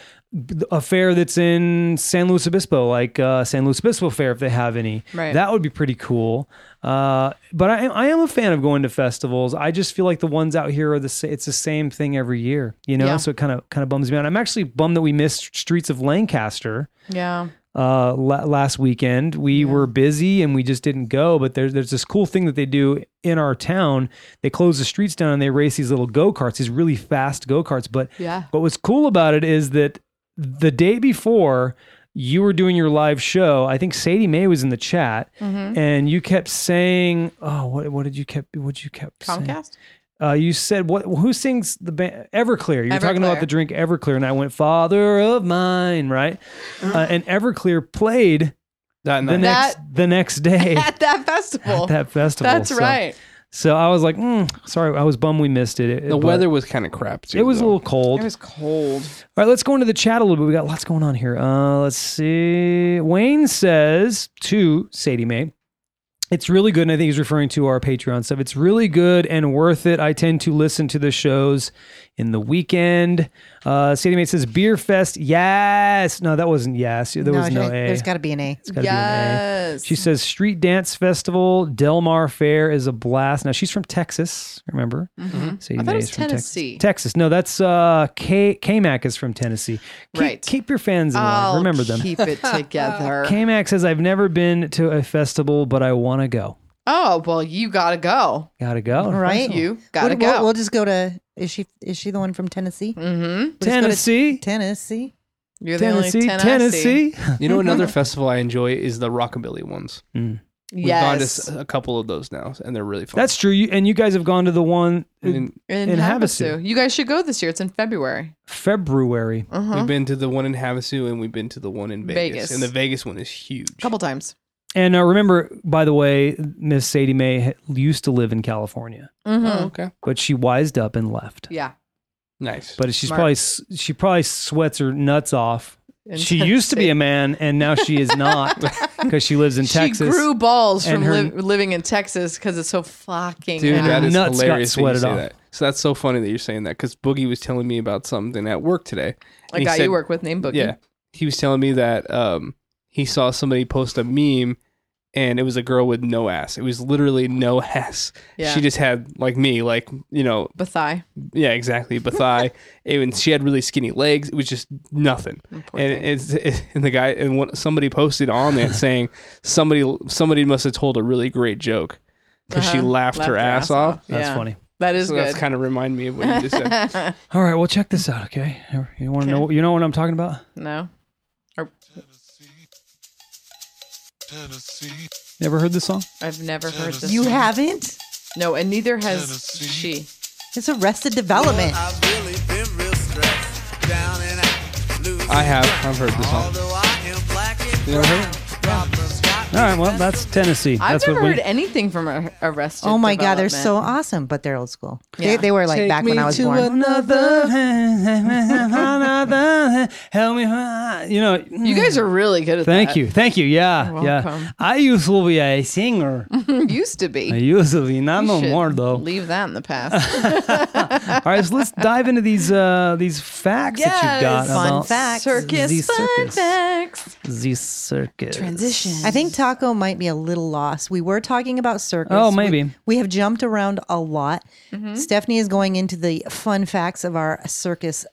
a fair that's in San Luis Obispo, like uh, San Luis Obispo Fair, if they have any.
Right.
That would be pretty cool. Uh, but I, am- I am a fan of going to festivals. I just feel like the ones out here are the sa- it's the same thing every year, you know.
Yeah.
So it kind of kind of bums me out. I'm actually bummed that we missed Streets of Lancaster
Yeah.
uh la- last weekend we were busy and we just didn't go but there's there's this cool thing that they do in our town they close the streets down and they race these little go-karts these really fast go-karts but
Yeah.
what was cool about it is that the day before you were doing your live show i think sadie may was in the chat
Mm-hmm.
and you kept saying oh what, what did you kept what you kept saying?
Comcast.
Uh, you said what? Who sings the band Everclear? You were talking about
Everclear.
the drink Everclear, and I went "Father of Mine," right?
Uh-huh.
Uh, and Everclear played
That,
the
night.
next the next day eh, (laughs) at
(laughs) At that festival.
that festival.
That's
So-
right.
So I was like, mm, sorry, I was bummed we missed it. It-
the
but
weather was kind of crap. Too,
It was a
though.
little cold.
It was cold.
All right, let's go into the chat a little bit. We got lots going on here. Uh, let's see. Wayne says to Sadie Mae, it's really good. And I think he's referring to our Patreon stuff. It's really good and worth it. I tend to listen to the shows in the weekend. Uh, Sadie Mae says, Beer Fest. Yes. No, that wasn't yes. There was no
I-
A.
There's got to be an A.
It's gotta be an A.
Yes.
She says, Street Dance Festival, Del Mar Fair is a blast. Now, she's from Texas, remember?
Mhm.
Sadie
I thought
Mae
it
is
was
from Texas.
Tennessee.
Texas. No, that's uh, K KMAC is from Tennessee. Keep,
Right.
Keep your fans in line.
I'll
Remember them. (laughs)
Keep it together.
KMAC says I've never been to a festival, but I want to go.
oh well, you gotta go.
Gotta go.
Right.
You gotta
we'll, we'll-
go.
We'll, just go to. Is she? Is she the one from Tennessee?
mm-hmm.
We'll just go to
Tennessee.
Tennessee.
You're the only
Tennessee,
Tennessee.
Tennessee.
You know,
(laughs)
another festival I enjoy is the rockabilly ones. We've gone to
Yes.
s- uh, a couple of those now, and they're really fun.
That's true. You, and you guys have gone to the one in
And
in,
in
Havasu.
Havasu.
You guys should go this year. It's in February.
February.
we've
Uh-huh.
been to the one in Havasu, and we've been to the one in Vegas,
Vegas.
and the Vegas one is huge.
couple times.
And uh, remember, by the way, Miss Sadie Mae ha- used to live in California,
Mm-hmm.
Oh, okay,
but she wised up and left.
Yeah.
nice.
But she's
Smart.
probably s- she probably sweats her nuts off.
In
she used to be a
Tennessee.
man, and now she is
(laughs)
not because she lives in Texas.
She grew balls
and
from
her-
li- living in Texas because it's so fucking
Dude,
hot.
that is
Nuts got
hilarious. when you
sweated
say
off.
that. So that's so funny that you're saying that because Boogie was telling me about something at work today. And
a
he
guy
said-
you work with named Boogie.
Yeah, he was telling me that um, he saw somebody post a meme, and it was a girl with no ass. It was literally no (laughs) ass.
Yeah.
She just had like me, like you know,
Bathai.
yeah, exactly, but thigh,
(laughs)
and she had really skinny legs. It was just nothing.
Poor
and
thing.
it's it, and the guy and one, somebody posted on (laughs) that saying somebody somebody must have told a really great joke because she
Uh-huh.
laughed, her, ass, off.
That's
Yeah.
funny.
That is
So
good.
that's kind of remind me of what you just (laughs) said.
All right, well, check this out, okay? You want to know? You know what I'm talking about?
no.
Tennessee. Tennessee.
Never heard this song?
I've never heard this.
You
one.
haven't?
No, and neither has
Tennessee.
she.
It's Arrested Development.
I've really been real stressed. Down and out. Losing
I have.
track.
I've heard this song.
Although I am black and
You ever heard
brown, problems got
All
me
right, well, that's Tennessee.
I've
that's
never
what
heard anything from Ar- Arrested.
Oh my God, they're so
Development.
awesome, but they're old school.
Yeah.
They, they were like back when I was born.
another. Father, help me. You know, mm,
You guys are really good at
Thank
that.
you, thank you. Yeah,
You're
yeah.
welcome.
I used to be a
(laughs)
singer.
Thank you. (laughs) Used to
I
be.
used to be, not
You
no
should
more though.
Leave that in the past.
All right, so let's dive into these uh these facts that you've got
Yes.
Fun
about
facts.
Circus
the
fun
circus.
facts.
the circus
Transition.
I think Taco might be a little lost. We were talking about circus.
Oh,
We-
maybe.
We, have jumped around a lot.
Mm-hmm.
Stephanie is going into the fun facts of our circus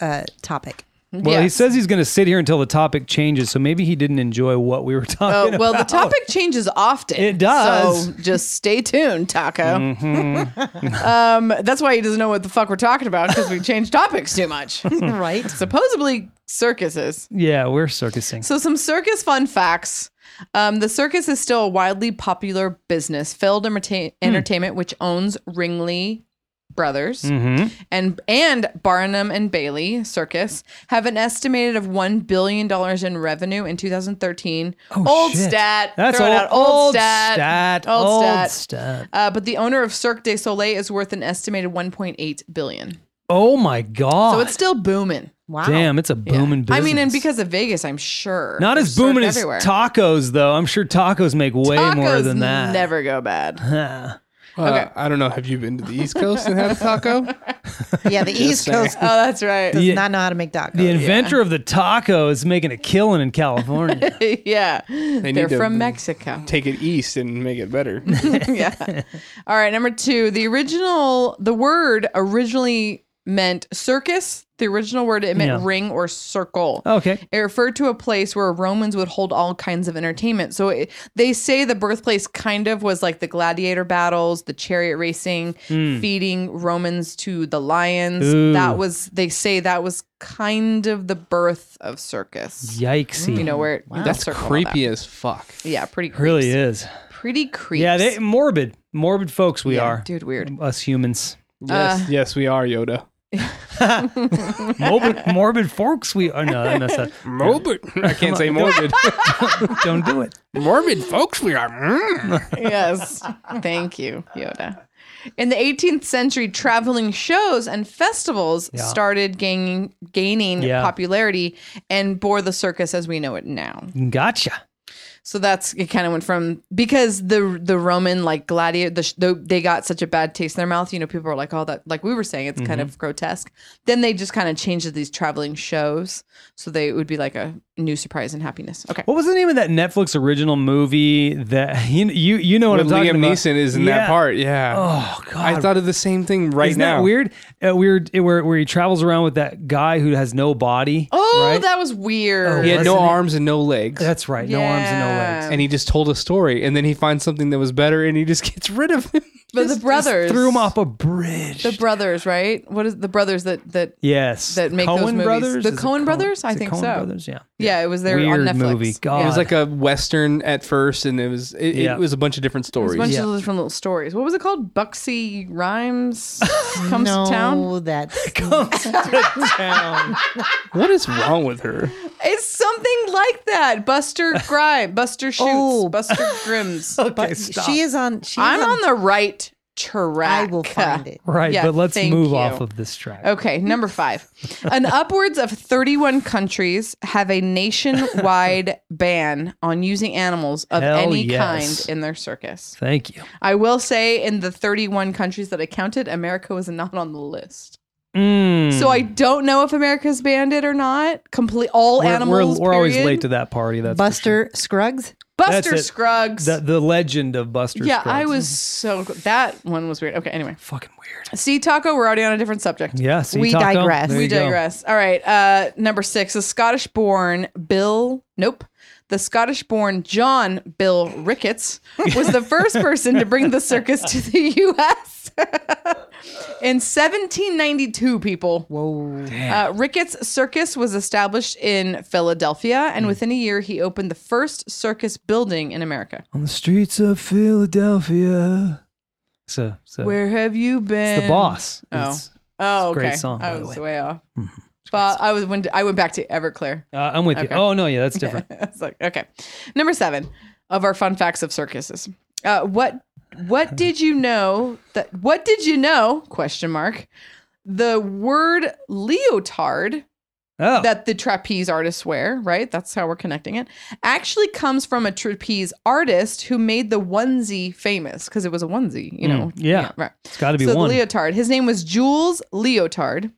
uh, topic.
Well, he says he's going to sit here until the topic changes, so maybe he didn't enjoy what we were (laughs)
Oh,
talking
well, the
about.
topic changes often.
It does. Mm-hmm.
So just stay tuned, Taco. (laughs) um, that's why he doesn't know what the fuck we're talking about because we change topics too
(laughs)
much.
Hmm.
Right?
Supposedly circuses.
Yeah, we're circusing.
So, some circus fun facts. Um, the circus is still a widely popular business. Field Entertain-
Hmm.
Entertainment, which owns Ringley Brothers
Hmm. Mm-hmm.
and and Barnum and Bailey Circus, have an estimated of one billion dollars in revenue in 2013. old
Oh, shit.
stat.
That's
Throw it
old,
out. Old,
Old,
Old, stat.
stat.
Uh, but the owner of Cirque du Soleil is worth an estimated 1.8 billion.
Oh my god!
So it's still booming.
Wow.
damn, it's a booming business.
I mean, and because of Vegas, I'm sure.
not
There's
as booming
surf
as
everywhere.
tacos though. I'm sure tacos make way more
Tacos
than that.
Never
(laughs)
go bad. Oh,
Uh,
Okay.
I don't know. Have you been to the East Coast and had a (laughs) taco?
(laughs) Yeah, the East Coast
Oh, that's right.
does
Yeah.
not know how to make tacos.
The inventor of the taco is making a killing in
(laughs)
California.
(laughs) yeah.
need
They're
to-
from Mexico.
Take it east and make it (laughs) better.
(laughs) yeah. All right. Number two, the original, the word originally meant circus. The original word, it meant
Yeah. Oh.
ring or circle.
okay.
It referred to a place where Romans would hold all kinds of entertainment. So it, they say the birthplace kind of was like the gladiator battles, the chariot racing, feeding Romans to the lions.
Hmm. Ooh.
That was, they say that was kind of the birth of circus.
Yikesy.
You know, where it- the
That's
circle and all
creepy
that.
as fuck.
Yeah, pretty creeps.
really is.
Pretty creepy.
Yeah, they morbid, morbid folks we are.
Dude, weird.
Us humans,
Yes, yes, we are Yoda.
morbid, morbid folks we are. No, I messed up.
Morbid. (laughs) I can't say morbid.
(laughs) Don't do it.
(laughs) morbid folks, we are. mm.
yes. Thank you, Yoda. In the 18th century, traveling shows and festivals
Yeah.
started gaining gaining
Yeah.
popularity and bore the circus as we know it now.
Gotcha.
So that's it. Kind of went from because the the Roman like gladiator the, sh- the, they got such a bad taste in their mouth. You know, people were like, "Oh, that like we were saying, it's
Mm-hmm.
kind of grotesque." Then they just kind of changed to these traveling shows, so they it would be like a new surprise and happiness. Okay,
What was the name of that Netflix original movie that (laughs) you you, you know what
When
I'm talking
Liam
about?
Neeson is in
Yeah.
that part. Yeah.
Oh God.
I thought of the same thing right
Isn't
now.
that weird? Uh, weird where where he travels around with that guy who has no body.
oh,
right?
that was weird.
He had no
Wasn't it?
arms and no legs.
That's right. No arms and no legs.
Yeah.
and he just told a story, and then he finds something that was better, and he just (laughs) gets rid of him.
But the brothers
Threw him off a bridge.
The brothers, right? What is the brothers that that
yes.
that make those
Coen
movies.
Brothers.
The
Is it
Coen Brothers? I
is it
think
Coen
so.
Brothers. Yeah. (laughs)
yeah, it was there
Weird
on Netflix.
movie. God.
It was like a western at first, and it was it,
Yeah.
it was a bunch of
It was
different stories.
a bunch
Yeah.
of those different little stories. What was it called? Buxy
(laughs)
Rhymes comes
no,
to
(laughs)
town.
that's
(laughs)
What is wrong
(laughs)
with her?
It's something like
(laughs)
that. Buster Grime, Buster Shoots,
Oh.
Buster Grims.
okay. Stop.
she is on. She is
I'm on the right track.
I will find it.
right.
Yeah,
but let's
thank
move
you.
off of this track.
Okay, number five.
(laughs)
An upwards of 31 countries have
(laughs)
a nationwide ban on using animals of
Hell
any
yes.
kind in their circus.
Thank you.
I will say, in the 31 countries that I counted, America was not on the list.
Mm.
So I don't know if America's banned it or not. Complete all
we're,
animals.
We're, we're always
period.
late to that party. That's for sure.
Buster Scruggs.
Buster
That's it.
Scruggs.
The, the legend of Buster.
yeah,
Scruggs.
I was so that one was weird. Okay, anyway,
fucking weird.
Sea Taco. We're already on a different subject.
Yeah. see,
We
Taco?
digress.
There
we
you go.
digress. All right. Uh, number six, the Scottish born Bill, nope, the Scottish born John Bill Ricketts was the
(laughs)
first person to bring the circus to the U.S. (laughs) in 1792, people.
Whoa.
Uh, Ricketts Circus was established in Philadelphia,
Hmm.
and within a year, he opened the first circus building in America.
On the streets of Philadelphia. So, so
Where have you been?
it's the boss.
Oh.
It's-
Oh,
It's a
okay.
great song, by
I
the
was
way. Mm-hmm.
way off. But I was when I went back to Everclear.
uh, I'm with
Okay.
you. Oh no, yeah,
(laughs)
that's different.
it's like okay. Number seven of our fun facts of circuses. Uh, what what did you know that what did you know question mark the word leotard
Oh,
that the trapeze artists wear, right? That's how we're connecting it. Actually comes from a trapeze artist who made the onesie famous because it was a onesie, you know.
yeah.
right.
it's got to be
so
one.
the leotard. His name was Jules Leotard.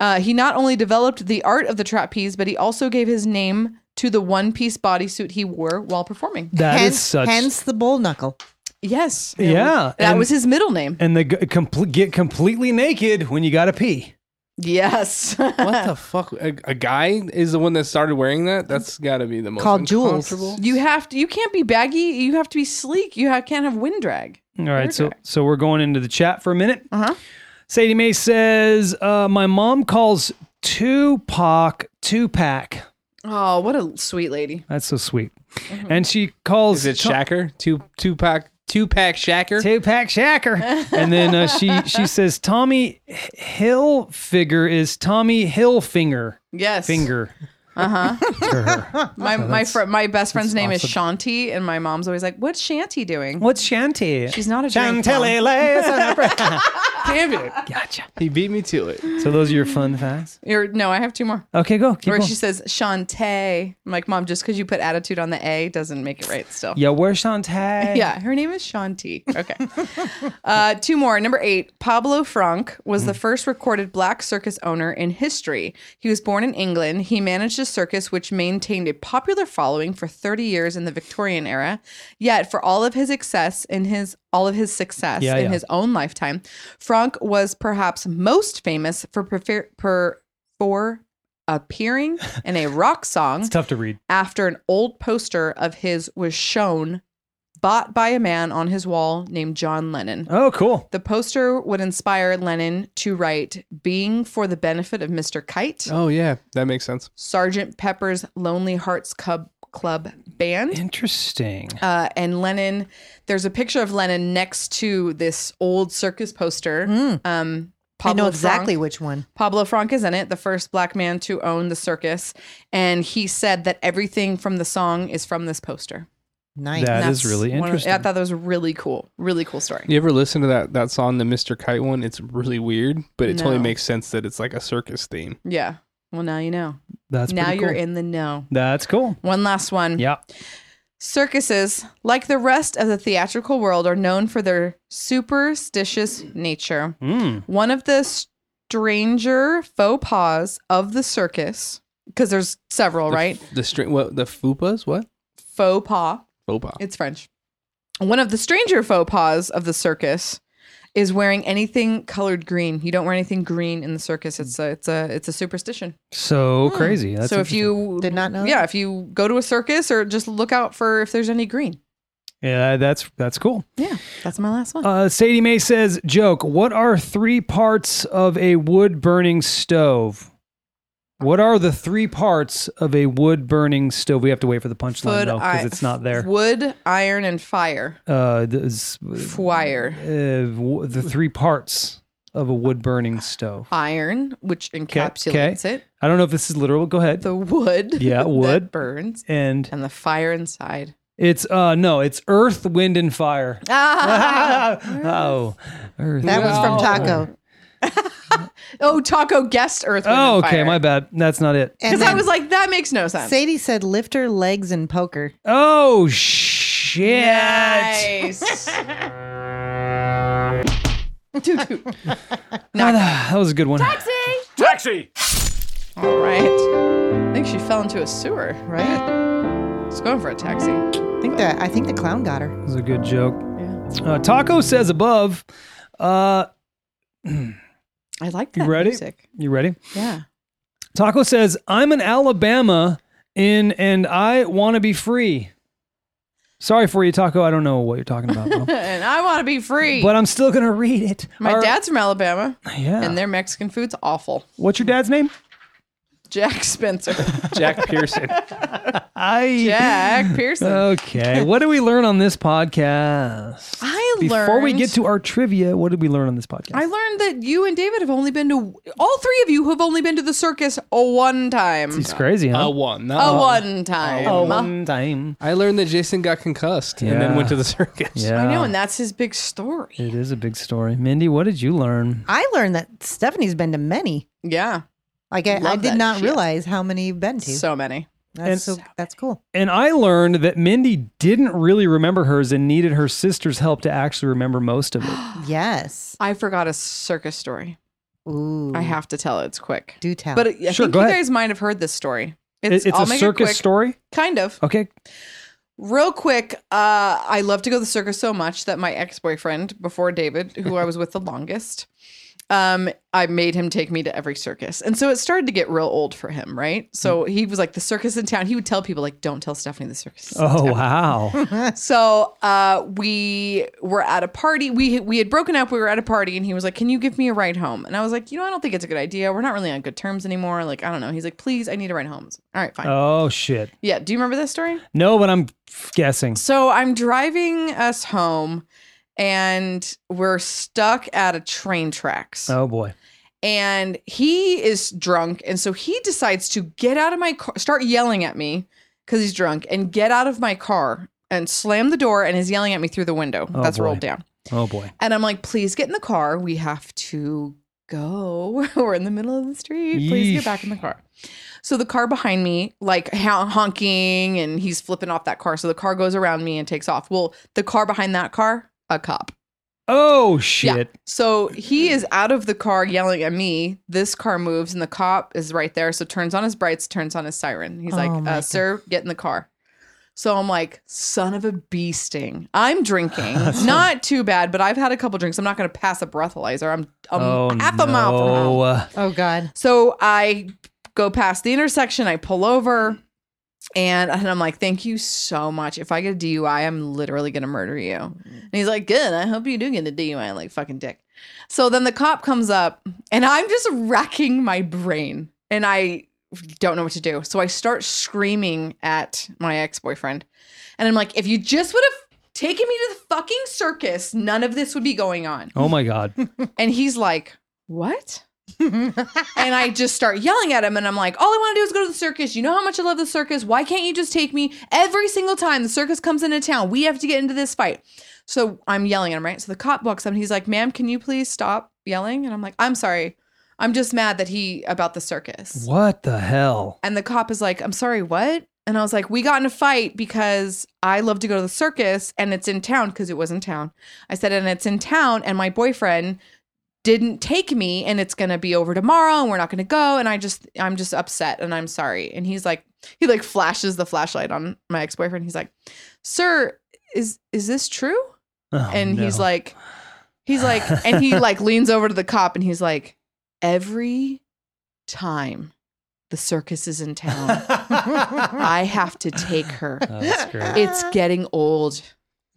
Uh, he not only developed the art of the trapeze, but he also gave his name to the one-piece bodysuit he wore while performing.
That is
hence,
such.
hence the bull knuckle.
Yes.
yeah,
That
and,
was his middle name.
and the g- comple- get completely naked when you got to pee.
Yes. (laughs)
What the fuck? A, a guy is the one that started wearing that. That's got to be the most
Called Jules.
uncomfortable.
you have to. You can't be baggy. You have to be sleek. You ha- can't have wind drag.
All right, so so we're going into the chat for a minute.
Uh-huh.
Sadie Mae says, uh, "My mom calls Tupac Tupac.
Oh, what a sweet lady.
That's so sweet."
Mm-hmm.
And she calls
Is it
Tu-
Shacker? Two two pack two pack Shacker?
Two pack shacker.
(laughs)
and then uh, she she says Tommy Hill figure is Tommy Hillfinger
Yes.
finger.
Uh huh.
to her.
My my fr- my best friend's name is
awesome.
Shanti, and my mom's always like, "What's Shanti
(laughs)
doing?"
What's Shanty?
She's not a drink
Chantilly
mom.
lace on
(laughs)
her breast.
Damn it!
Gotcha.
He beat me to it.
So those are your fun facts.
Or, no, I have two more.
Okay, go. Keep
Where
going.
she says Shantae. I'm like, Mom, just because you put attitude on the A doesn't make it right still.
Yeah, where's Shanty?
(laughs) Yeah, her name is Shanti. Okay. uh, two more. Number eight, Pablo Franck was the first recorded black circus owner in history. He was born in England. He managed a circus which maintained a popular following for 30 years in the Victorian era. Yet, for all of his success in his all of his success
Yeah,
in
yeah.
his own lifetime, Franck was perhaps most famous for prefer- per for appearing in a rock song
It's tough to read.
after an old poster of his was shown, bought by a man on his wall named John Lennon.
Oh, cool.
The poster would inspire Lennon to write Being for the Benefit of Mr. Kite,
Oh yeah, that makes sense.
Sergeant Pepper's Lonely Hearts Cub Club Band.
Interesting.
Uh, and Lennon, there's a picture of Lennon next to this old circus poster. Um,
Hmm. I know
Pablo
exactly
Franck-
which one.
Pablo Franck is in it, the first black man to own the circus. And he said that everything from the song is from this poster.
Nice.
That
And
is
that's
really
one of-
interesting.
I thought that was really cool. Really cool story.
You ever listen to that that song, the Mr. Kite one? It's really weird, but it totally
No.
makes sense that it's like a circus theme.
Yeah. Well, now you know.
That's
now
pretty
you're
cool.
in the know.
That's cool.
One last one.
Yeah.
Circuses, like the rest of the theatrical world, are known for their superstitious nature.
Mm.
One of the stranger faux pas of the circus, because there's several,
The-
right?
The string, what the fupas? What?
Faux pas.
Opa.
It's French. One of the stranger faux pas of the circus is wearing anything colored green. You don't wear anything green in the circus. It's a it's a it's a superstition.
So crazy. That's
Hmm. so if you
Did not know
yeah, if you go to a circus or just look out for if there's any green.
yeah, that's that's cool.
Yeah, that's my last one.
Uh, Sadie Mae says, joke, what are three parts of a wood burning stove? What are the three parts of a wood burning stove? We have to wait for the punchline though, because
i-
it's not there.
Wood, iron, and fire.
Uh, this- uh,
Fire.
w- the three parts of a wood burning stove.
Iron, which encapsulates it.
I don't know if this is literal. Go ahead.
The wood.
Yeah,
(laughs) that
wood.
burns.
And
And the fire
(laughs)
inside.
it's uh no, it's earth, wind, and fire.
Ah!
oh, earth.
Ah. That was from
wind, and fire.
Taco.
oh, Taco guessed earth. wind,
Oh,
and
okay,
fire.
my bad. That's not it.
And
Because I
then
was like, that makes no sense.
Sadie said lift her legs and poker.
Oh shit!
(laughs)
Nice. (laughs) Toot, toot.
Ah, That was a good one.
All right. I think she fell into a sewer.
Right?
She's going for a taxi.
I think that I think the clown got her.
That was a good joke. Uh, Taco says above. Uh,
I like
You
that
ready?
music.
you ready?
Yeah.
Taco says, "I'm an Alabama in, and I want to be free." Sorry for you, Taco. I don't know what you're talking about,
(laughs)
bro.
and I want to be free.
but I'm still gonna read it.
My
Or-
dad's from Alabama,
Yeah.
and their Mexican food's awful. (laughs)
What's your dad's name?
Jack
(laughs)
Spencer.
Jack Pearson.
I.
Jack Pearson.
Uh, Okay. what do we learn on this podcast?
I
Before
learned.
we get to our trivia, what did we learn on this podcast?
I learned that you and David have only been to all three of you have only been to the circus one time.
it's crazy, huh?
(laughs) A one. Not
A
Uh,
one.
one time.
oh, time.
I learned that Jason got concussed and
Yeah.
then went to the circus.
Yeah.
I know, and that's his big story.
It is a big story. Mindy, what did you learn?
I learned that Stephanie's been to many.
Yeah.
Like I, I
Love
did
that
not
shit.
realize how many you've been to.
So many.
that's
and-
so that's cool.
And I learned that Mindy didn't really remember hers and needed her sister's help to actually remember most of
(gasps)
it.
Yes.
I forgot a circus story.
Ooh.
I have to tell it. It's quick.
do tell.
But I
Sure,
think
go
you
ahead.
guys might have heard this story.
It- It's,
I'll
a
make it
circus
quick.
story.
Kind of. (laughs)
Okay.
Real quick, uh, I love to go to the circus so much that my ex boyfriend, before David, who I was with the longest, um, I made him take me to every circus. And so it started to get real old for him, right?
Mm.
So he was like, the circus in town. He would tell people, like, don't tell Stephanie the circus. is in
Oh,
town."
wow.
(laughs) So uh, we were at a party. We we had broken up. We were at a party, and he was like, "Can you give me a ride home?" And I was like, "You know, I don't think it's a good idea. We're not really on good terms anymore. Like, I don't know." He's like, "Please, I need a ride home." I was like, All right, fine.
oh, shit.
yeah. Do you remember this story?
No, but I'm guessing.
So I'm driving us home, and we're stuck at a train tracks
Oh, boy.
and he is drunk and so he decides to get out of my car start yelling at me because he's drunk and get out of my car and slam the door and is yelling at me through the window
Oh,
that's
boy.
rolled down
Oh, boy.
and i'm like please get in the car we have to go (laughs) we're in the middle of the street please
Yeesh.
get back in the car so the car behind me like hon- honking and he's flipping off that car so the car goes around me and takes off well the car behind that car a cop
Oh, shit.
so he is out of the car yelling at me. This car moves and the cop is right there. So turns on his brights, turns on his siren. He's
Oh
like,
my
uh,
God.
Sir, get in the car. So I'm like, son of a bee sting. I'm
(laughs)
drinking. Not too bad, but I've had a couple drinks. I'm not going to pass a breathalyzer. I'm, I'm
oh,
half a mile from home.
no. Uh,
oh God. (laughs)
So I go past the intersection, I pull over, and, and I'm like, thank you so much. If I get a DUI, I'm literally going to murder you. And he's like, good. I hope you do get a DUI. I'm like, fucking dick. So then the cop comes up, and I'm just racking my brain, and I don't know what to do. So I start screaming at my ex boyfriend, and I'm like, if you just would have taken me to the fucking circus, none of this would be going on.
Oh, my
(laughs)
God.
And he's like, What? and I just start yelling at him. And I'm like, All I want to do is go to the circus. You know how much I love the circus. Why can't you just take me every single time the circus comes into town? We have to get into this fight. So I'm yelling at him, right? So the cop walks up and he's like, Ma'am, can you please stop yelling? And I'm like, I'm sorry. I'm just mad that he about the circus.
What the hell?
And the cop is like, I'm sorry, what? And I was like, we got in a fight because I love to go to the circus and it's in town because it was in town. I said, and it's in town, and my boyfriend didn't take me and it's gonna be over tomorrow and we're not gonna go. And I just I'm just upset and I'm sorry. And he's like, he like flashes the flashlight on my ex-boyfriend. He's like, Sir, is is this true?
Oh,
and
(laughs)
he's
no.
like he's like and
(laughs)
he like leans over to the cop and he's like every time the circus is
(laughs)
in town i have to take her
Oh, that's
(laughs)
great.
it's getting old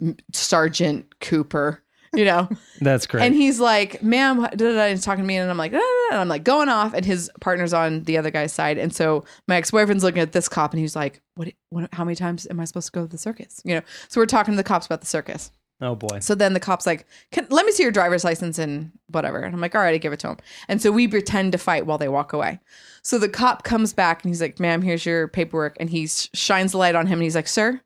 M- sergeant cooper you know
That's great.
and he's like ma'am da, da, da," and he's talking to me and i'm like "Ah," and i'm like going off and his partner's on the other guy's side and so my ex-boyfriend's looking at this cop and he's like what, what how many times am i supposed to go to the circus you know so we're talking to the cops about the circus
oh, boy.
so then the cop's like, Can, let me see your driver's license and whatever. And I'm like, all right, I give it to him. And so we pretend to fight while they walk away. So the cop comes back and he's like, ma'am, here's your paperwork. And he s- shines the light on him and he's like, sir,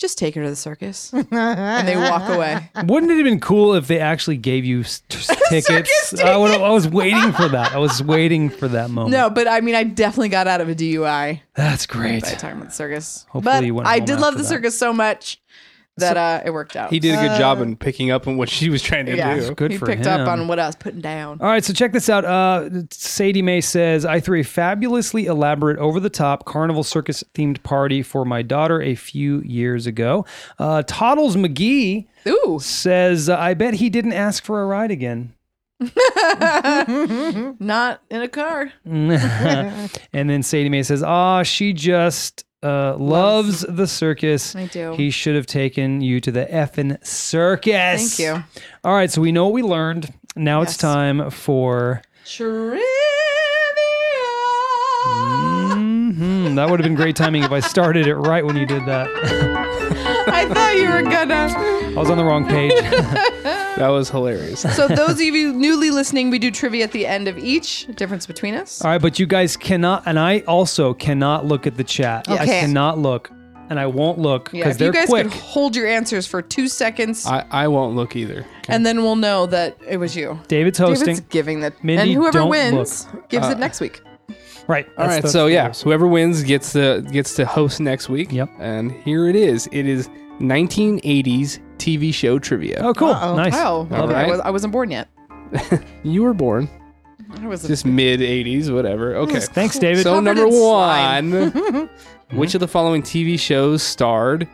just take her to the circus. And they walk away.
Wouldn't it have been cool if they actually gave you
(laughs)
s- t- tickets? I, would, I was waiting for that. I was waiting for
(laughs)
that moment.
No, but I mean, I definitely got out of a DUI
That's
by
great.
the time of the circus.
Hopefully
but
you went
I
home
did love
after
the
that.
circus so much that uh, it worked out.
He did a good job in picking up on what she was trying to
Uh, Yeah.
do.
Good
he
for
picked
him.
up on what I was putting down.
All right, so check this out. Uh, Sadie Mae says, I threw a fabulously elaborate, over the top carnival circus themed party for my daughter a few years ago. Uh, Toddles McGee
Ooh,
says, I bet he didn't ask for a ride again.
not in a car.
and then Sadie Mae says, Ah, she just uh, loves the circus.
I do.
He should have taken you to the effing circus.
Thank you.
All right, so we know what we learned. Now
Yes.
it's time for.
Trivia.
Mhm. That would have been great timing if I started it right when you did that.
I thought you were gonna.
I was on the wrong
(laughs)
page.
That was (laughs) hilarious.
So, those of you newly listening, we do trivia at the end of each difference between us.
All right, but you guys cannot, and I also cannot look at the chat. I
Okay.
cannot look, and I won't look
Yeah,
because
if you
they're
guys
quick.
could hold your answers for two seconds,
I, I won't look either.
and then we'll know that it was you.
David's hosting.
David's giving the
Mindy,
and whoever
don't Uh,
wins gives it next week.
Right.
All right, so yeah, so whoever wins gets the gets to host next week.
Yep.
And here it is. It is 1980s TV show trivia.
Oh, cool.
Uh-oh.
Nice.
Oh,
All
okay. I,
right.
was, I wasn't born yet.
You were born Hmm.
I was
just mid 80s, whatever. Okay.
Thanks, David.
So
covered
number
in
one,
slime. (laughs)
which of the following TV shows starred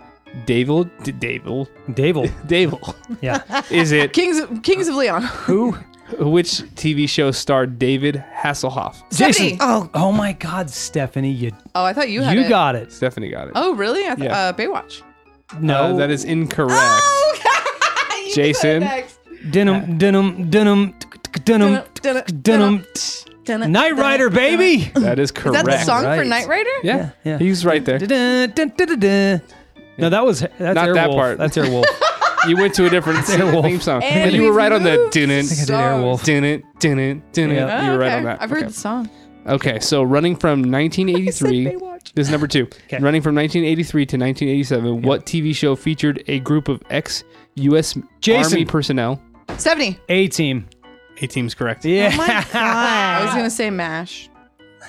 Davil D- Davil (laughs)
Dable.
Davil?
Yeah.
Is (laughs) it
Kings Kings of Leon. (laughs)
Who?
(laughs) which TV show starred David Hasselhoff?
Jason.
Stephanie.
Oh. Oh my God, Stephanie, you
Oh, I thought you
you,
had it.
got it.
Stephanie got it.
Oh, really? I th-
Yeah.
uh, Baywatch. (laughs)
No,
Uh, that is incorrect.
Oh. (laughs) You said
Jason.
next.
(laughs) denim, denim, denim, tk, tk, denim,
Dun- dun-
tk,
dun-
denim. Night Rider, baby.
That is
Is
correct.
that the song for
Right.
Knight Rider?
Yeah.
Yeah, yeah.
He's right there.
Dun, dun, dun, dun, dun. No, that was that's
Not
Airwolf.
that part.
That's
(laughs)
Airwolf.
You went to a different
Airwolf.
theme song.
And
But you were
we've
right on the
moved (laughs)
didn't
I think I did
songs.
Airwolf.
didn't didn't didn't.
Yeah.
You
Oh,
were right
okay.
on that.
I've heard
okay.
the song.
Okay, so running from 1983. This is number two.
Okay.
Running from 1983 to 1987, what TV show featured a group of ex U.S.
Jason.
Army personnel?
Stephanie.
A team.
A team's correct.
Yeah.
I was gonna say Mash.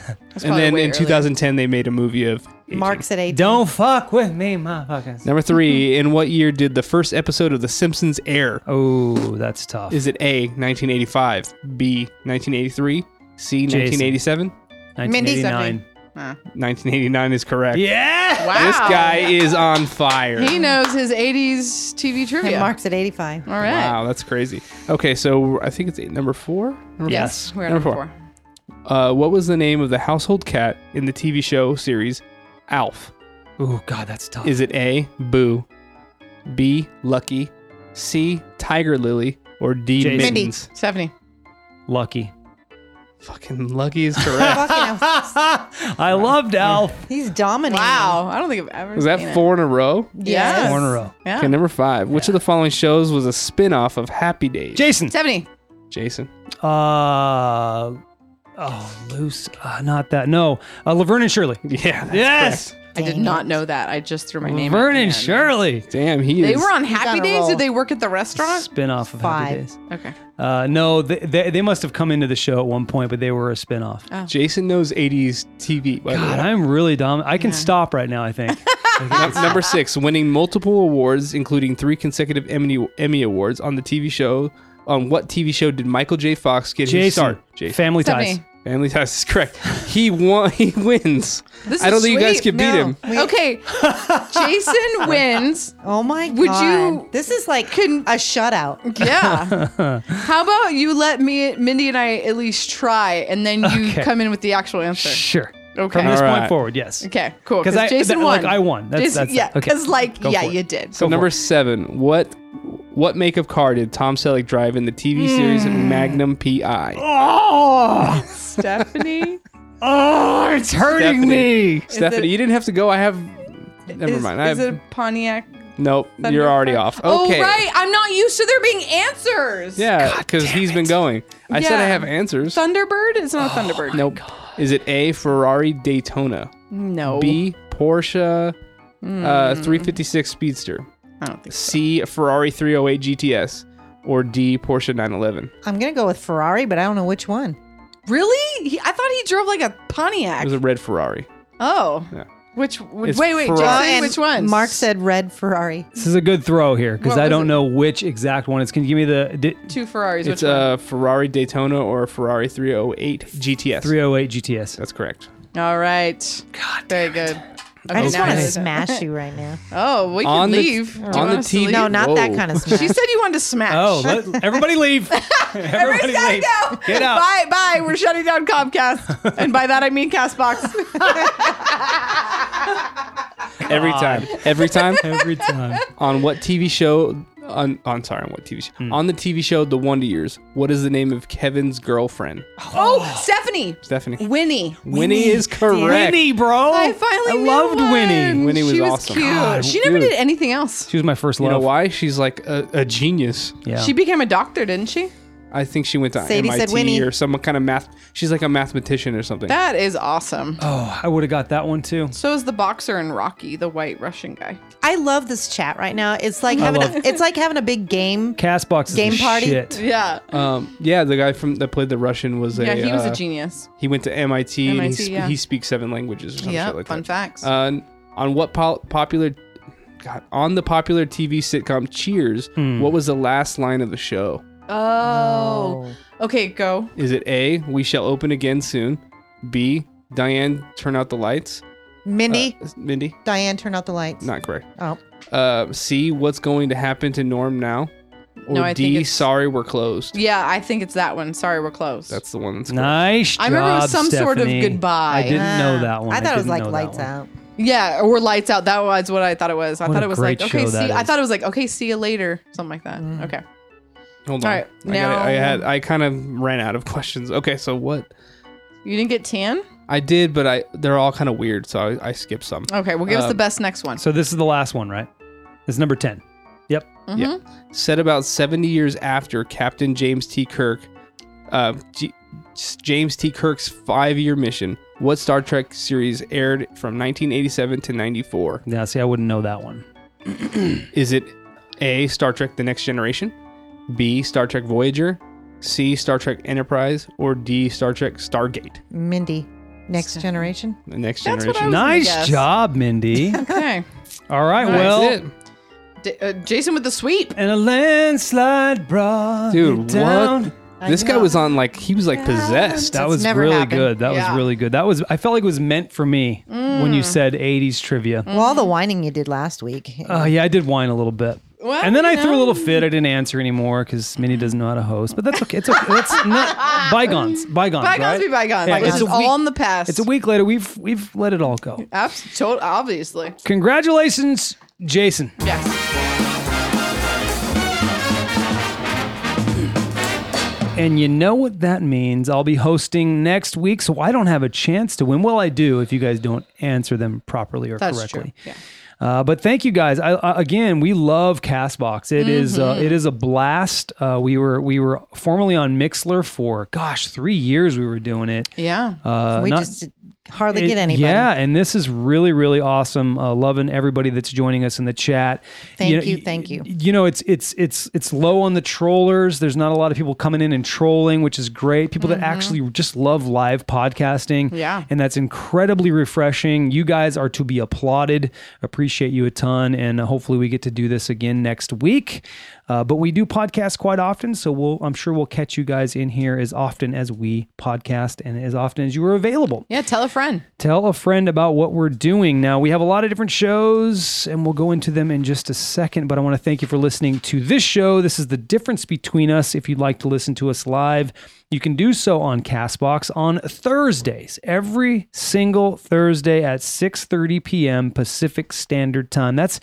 That's
And
probably
then
way
in
earlier.
2010, they made a movie of A-Team.
Mark's at (laughs) 18.
Don't fuck with me, motherfuckers.
(laughs)
Number three, in what year did the first episode of The Simpsons air?
Oh, that's tough.
Is it A, 1985, B, 1983, C, 1987?
1989.
Ah.
1989 is correct.
Yeah.
Wow.
This guy is on fire.
He knows his 80s TV
And
trivia.
Mark's at 85.
All right.
Wow, that's crazy. Okay, so I think it's number four. Number
Yes, we're at
Number
number four.
four. Uh, what was the name of the household cat in the TV show series Alf?
Oh God, that's tough.
Is it A, Boo, B, Lucky, C, Tiger Lily, or D,
Jason.
Mittens?
Mindy.
Stephanie.
lucky?
Fucking Lucky is
(laughs)
correct.
Fucking hell.
(laughs) I loved Alf.
He's dominating.
Wow. I don't think I've ever
was
seen
that four in a row?
It. Yes.
Four in a row.
Yeah.
Okay, number five. Which of the following shows was a spin off of Happy Days?
Jason.
Stephanie.
Jason. (laughs)
Uh. Oh, loose. Uh, not that. No. Uh, Laverne and Shirley.
Yeah. that's
Yes.
I did
Dang
not know that. I just threw my name. at
Laverne
the
and
end.
Shirley.
correct. Damn, he
They
is.
were on
on
Happy
a
Days.
roll.
Did they work at the restaurant?
Spin off of Happy
Five.
Days.
Okay.
Uh, no, they, they, they must have come into the show at one point, but they were a spin off.
Jason knows 80s TV. by the way.
God, I'm really dumb. I can stop right now, I
(laughs)
think.
Num- number six, winning multiple awards, including three consecutive Emmy Emmy awards on the TV show. On what TV show did Michael J. Fox get his
Jason.
start? Jason.
Family Ties.
Stephanie.
Family Ties (laughs) is correct. He won. He wins.
This
I don't
is
think you guys
sweet.
could beat him. (laughs)
Okay. Jason wins.
Oh my god.
Would you-
This is like a shutout.
Yeah.
(laughs)
How about you let me, Mindy, and I at least try, and then you
Okay.
come in with the actual answer.
Sure.
Okay.
From this
All right.
point forward, yes.
Okay. Cool.
'Cause
Because
I-
Jason
that-
won.
like, I won. That's- that's it.
yeah.
Okay.
Because like
Go
yeah,
for it.
you
(laughs)
did.
So number seven, what what makeup car did Tom Selleck drive in the TV series
Hmm.
Magnum PI?
Oh,
Stephanie.
oh it's hurting
Stephanie.
me.
Stephanie,
it-
you didn't have to go. I have. (laughs) Never
is,
mind. I have,
Is it a Pontiac?
nope. You're already off. Okay.
Oh right. I'm not used to there being answers.
Yeah, because he's been going. I said I
Yeah. Oh
have answers.
Thunderbird?
(gasps)
It's not a Thunderbird.
Nope. Is it A, Ferrari Daytona?
No.
B, Porsche uh,
Hmm.
356 Speedster?
I don't think so.
C, Ferrari 308 GTS? Or D, Porsche 911?
I'm gonna go with Ferrari, but I don't know which one.
Really? He, I thought he drove like a
It
Pontiac.
was a red Ferrari.
oh.
Yeah.
Which? Wait,
It's
wait.
Ferrari.
Jason,
Oh, And
which one?
Mark said red Ferrari.
This is a good throw here because
What
I
was
don't
it?
know which exact one. It's going to give me the di-
two Ferraris.
It's
which one?
a Ferrari Daytona or a Ferrari 308 GTS.
308 GTS.
That's correct.
All right. God. Very good.
I just want
now
to
it's-
(laughs) smash you right now.
Oh, we can
On the-
leave. Do you
on
want
the
us to
TV.
leave?
No, not that
Whoa.
(laughs)
kind
(laughs)
of smash.
She said you wanted to smash.
Oh, let, everybody
(laughs)
leave. everybody leave.
Gotta go.
Get out.
Bye, bye. We're shutting down Comcast, and by that I mean Castbox.
Every time. (laughs)
(laughs)
Every time?
Every time.
on what TV show? On, on sorry, on what TV show?
Hmm.
On the TV show The Wonder Years, what is the name of Kevin's girlfriend?
oh, Stephanie,
Stephanie.
Winnie.
Winnie is correct.
Winnie, bro.
I finally
I loved
knew one.
Winnie.
Winnie was
she was
awesome.
Cute.
God,
she never
dude.
did anything else.
She was my first
You
love.
know why? She's like a, a genius.
Yeah.
She became a doctor, didn't she?
I think she went to
Sadie said
MIT
Winnie.
or some kind of math. She's like a mathematician or something.
That is awesome.
Oh, I would have got that one too.
So is the boxer in Rocky, the white Russian guy.
I love this chat right now. It's like having a, it's like having a big game.
Castbox is
Game
the
party?
Shit.
Yeah.
um, yeah, the guy from that played the Russian was a.
yeah, he was
uh,
a genius.
He went to MIT, and he,
MIT,
sp-
yeah.
he speaks seven languages or something
Yeah,
like
fun
that.
facts.
Uh, on what pol- popular, God, on the popular TV sitcom Cheers, what was the last line of the show?
oh. Okay, go.
Is it A, we shall open again soon? B, Diane, turn out the lights?
Mindy,
Uh, Mindy?
Diane, turn out the lights.
Not correct.
Oh,
Uh, C, what's going to happen to Norm now? Or
No, I think
D,
it's-
sorry, we're closed.
Yeah, I think it's that one. Sorry, we're closed.
That's the one that's correct.
Nice.
I remember it
job,
was some sort of
Stephanie.
goodbye.
I didn't know
Ah.
that one.
I thought it was
didn't
like
know that
lights
one.
out.
yeah, or lights out. That was what I thought it was. I
What
thought
a
it was
great
like okay,
show
see.
that
I
is. Mm.
thought it was like okay, see you later, something like that. Okay.
Hold
All
on.
right,
I, gotta- I
now-
had I kind of ran out of (laughs) questions. Okay, so what?
You didn't get tan.
I did, but I they're all kind of weird, so I, I skipped some.
Okay, well, give us the
Um,
best next one.
Uh, So this is the last one, right? It's number ten. Yep.
Mhm.
yeah. Set about 70 years after Captain James T. Kirk, uh, G- James T. Kirk's five-year mission, what Star Trek series aired from 1987 to 94?
Yeah. See, I wouldn't know that one.
Is it A. Star Trek: The Next Generation, B. Star Trek Voyager, C. Star Trek Enterprise, or D. Star Trek Stargate:
Mindy, next generation.
The Next
That's what I
Generation?
was- gonna
Nice
guess.
job,
(laughs)
Mindy. (laughs)
Okay.
All right.
Nice.
Well.
That's it.
D- uh, Jason with the sweep.
And a landslide brought me
dude,
down.
what? This guy was on like he was like possessed.
That
It's
was
never
really
happened.
good. That
Yeah. Mm.
was really good. That was I felt like it was meant for me when you said 80s trivia.
Well, all the whining you did last week.
Oh yeah, I did whine a little bit.
Well,
and then I
you
threw a
know.
little fit. I didn't answer anymore because Minnie doesn't know how to host. But that's okay. It's okay.
(laughs)
That's not bygones. Bygones.
Bygones
right?
be bygones.
Yeah,
This
it's
is
a week-
all in the past.
It's a week later. We've we've let it all go.
Abs- to- obviously.
Congratulations, Jason.
Yes.
And you know what that means. I'll be hosting next week, so I don't have a chance to win. Well, I do if you guys don't answer them properly or
That's
correctly.
true. Yeah.
Uh, but thank you guys. I, I, again, we love Castbox. It is
Mm-hmm.
uh, it is a blast. Uh, we were we were formerly on Mixler for gosh three years. We were doing it.
Yeah.
Uh,
we
not-
just did- hardly
it-
get anybody.
Yeah, and this is really really awesome. Uh, loving everybody that's joining us in the chat.
Thank
know,
you,
y-
thank you.
You know, it's it's it's it's low on the trollers. There's not a lot of people coming in and trolling, which is great. People
Mm-hmm.
that actually just love live podcasting.
Yeah.
and that's incredibly refreshing. You guys are to be applauded. Appreciate you a ton, and uh, hopefully we get to do this again next week. Uh, but we do podcast quite often, so we'll I'm sure we'll catch you guys in here as often as we podcast and as often as you are available
yeah. Tell a friend.
tell a friend about what we're doing. Now, we have a lot of different shows and we'll go into them in just a second, but I want to thank you for listening to this show. This is The Difference Between Us. If you'd like to listen to us live, you can do so on Castbox on Thursdays, every single Thursday at 6:30 p.m. Pacific Standard Time. That's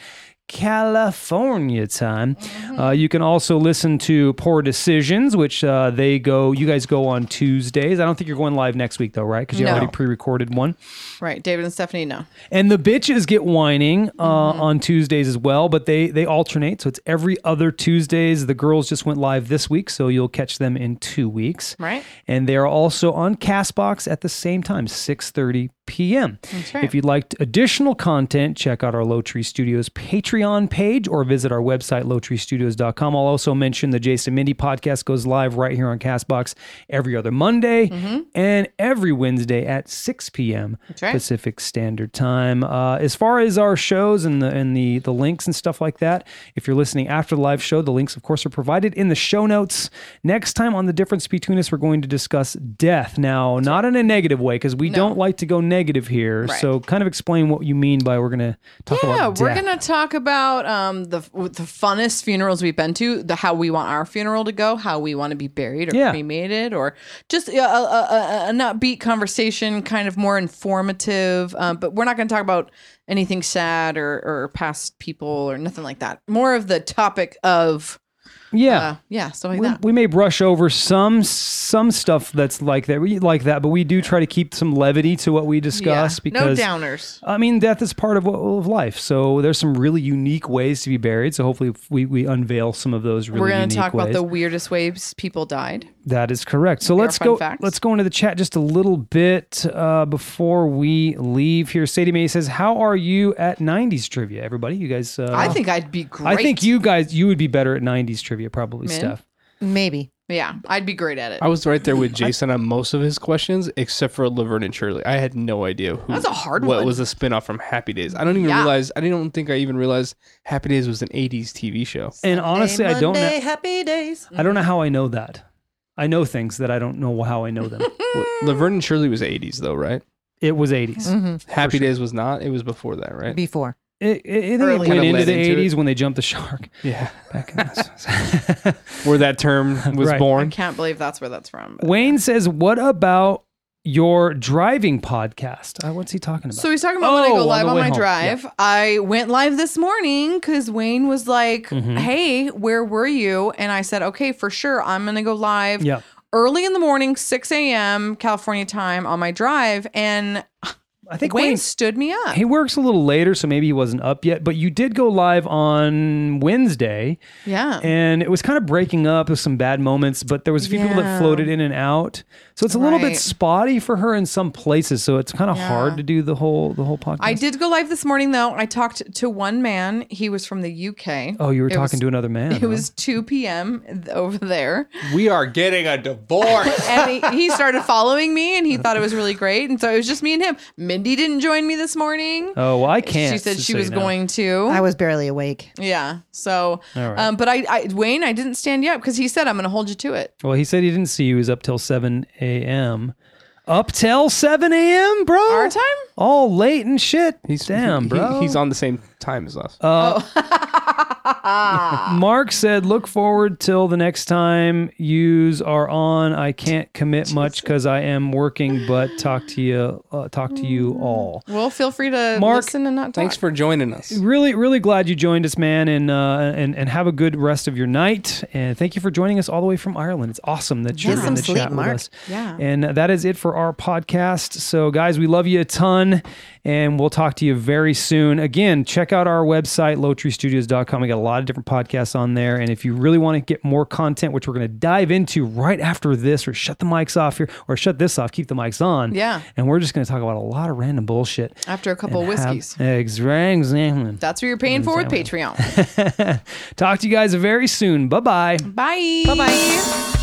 California time. Uh, you can also listen to Poor Decisions, which uh, they go, you guys go on Tuesdays. I don't think you're going live next week, though, right? Because you
No.
already pre recorded one.
Right. David and Stephanie. No.
And the bitches get whining uh,
Mm-hmm.
on Tuesdays as well, but they they alternate. So it's every other Tuesdays. The girls just went live this week, so you'll catch them in two weeks.
Right.
And they are also on Castbox at the same time, 6:30 p.m.
right.
If you'd like additional content, check out our Low Tree Studios Patreon page or visit our website, lowtreestudios.com. I'll also mention the Jason Mindy podcast goes live right here on Castbox every other Monday
Mm-hmm.
and every Wednesday at 6 p.m.
right.
Pacific Standard Time. Uh, as far as our shows and the and the the links and stuff like that, if you're listening after the live show, the links, of course, are provided in the show notes. Next time on the difference between us, we're going to discuss death. Now, not in a negative way because we don't like to go negative here.
Right.
So, kind of explain what you mean by we're going to talk
Yeah,
about death.
we're gonna talk about um, the with the funnest funerals we've been to, the how we want our funeral to go, how we want to be buried or
Yeah.
cremated, or just a, a, a, a- an upbeat conversation, kind of more informative. Um, but we're not gonna talk about anything sad or or past people or nothing like that. More of the topic of
Yeah.
Uh, yeah, stuff like
we,
that.
we may brush over some some stuff that's like that we like that but we do try to keep some levity to what we discuss
Yeah.
because
no downers.
I mean, death is part of, of life. So there's some really unique ways to be buried. So hopefully we, we unveil some of those really
We're
going
gonna
to
talk
ways.
about the weirdest ways people died.
That is correct. So
are
let's
fun
go.
facts.
Let's go into the chat just a little bit uh, before we leave here. Sadie Mae says, "How are you at '90s trivia, everybody? You guys? Uh,
I think I'd be great.
I think you guys you would be better at '90s trivia, probably,
Men?
Steph.
Maybe.
Yeah, I'd be great at it.
I was right there with Jason on most of his questions, except for Laverne and Shirley. I had no idea who.
That's a hard
What
one.
was a spinoff from Happy Days? I don't even
Yeah.
realize. I don't think I even realized Happy Days was an '80s TV show.
And honestly, I don't.
Monday,
Know,
happy days.
I don't know how I know that. I know things that I don't know how I know
(laughs)
them.
Laverne and Shirley was '80s though, right?
it was '80s.
Mm-hmm.
Happy Days was not. It was before that, right?
Before.
It, it, it
Early.
went
Kinda
into
led
the
into it.
'80s when they jumped the shark.
yeah,
Back
(laughs)
in the
where that term was
Right.
I
born.
can't believe that's where that's from. but-
Wayne says, "What about your driving podcast? Uh, what's he talking about?
So he's talking about when I
Oh,
go
on
live
the
on,
way
my
home.
drive. I went live this morning because Wayne was like,
Mm-hmm.
"Hey, where were you?" And I said, "Okay, for sure, I'm gonna go live."
yeah,
Early in the morning, 6 a.m. California time on my drive, and
I think
Wayne
Wayne.
stood me up.
He works a little later, so maybe he wasn't up yet. But you did go live on Wednesday,
yeah.
and it was kind of breaking up with some bad moments. But there was a few people that
Yeah.
floated in and out, so it's a little bit
Right.
spotty for her in some places. So it's kind of hard to do the whole the whole podcast.
I did go live this morning though. I talked to one man. He was from the UK.
Oh, you were
It
talking
was-
to another man.
(laughs) It was 2 p.m. th- over there.
We are getting a divorce.
and he, he started following me and he thought it was really great and so it was just me and him mindy didn't join me this morning
Oh well, I can't.
she said
just
she
so
was
you know.
going to
I was barely awake.
yeah so
All right.
um but I, I wayne i didn't stand you up because he said i'm gonna hold you to it
Well, he said he didn't see you. He was up till seven a.m. Up till seven a.m., bro.
our time
all late and shit. He's damn,
he-
bro.
he's on the same time as us.
Mark said, "Look forward till the next time yous are on. I can't commit much because I am working, but talk to you, uh, talk to you all.
well feel free to
Mark,
listen and not talk
Thanks for joining us.
Really, really glad you joined us, man, and uh, and and have a good rest of your night. And thank you for joining us all the way from Ireland. It's awesome that you're
Get
in
some
the
sleep,
chat with
Mark.
us.
Yeah.
And that is it for our podcast. So, guys, we love you a ton, and we'll talk to you very soon. Again, check out our website, lowtreestudios.com. We got a lot of different podcasts on there. And if you really want to get more content, which we're going to dive into right after this, or shut the mics off here, or shut this off, keep the mics on.
Yeah.
And we're just going to talk about a lot of random bullshit.
after a couple of
and have-
whiskeys
Exactly.
that's what you're paying for with patreon (laughs)
Talk to you guys very soon. Bye bye.
bye bye bye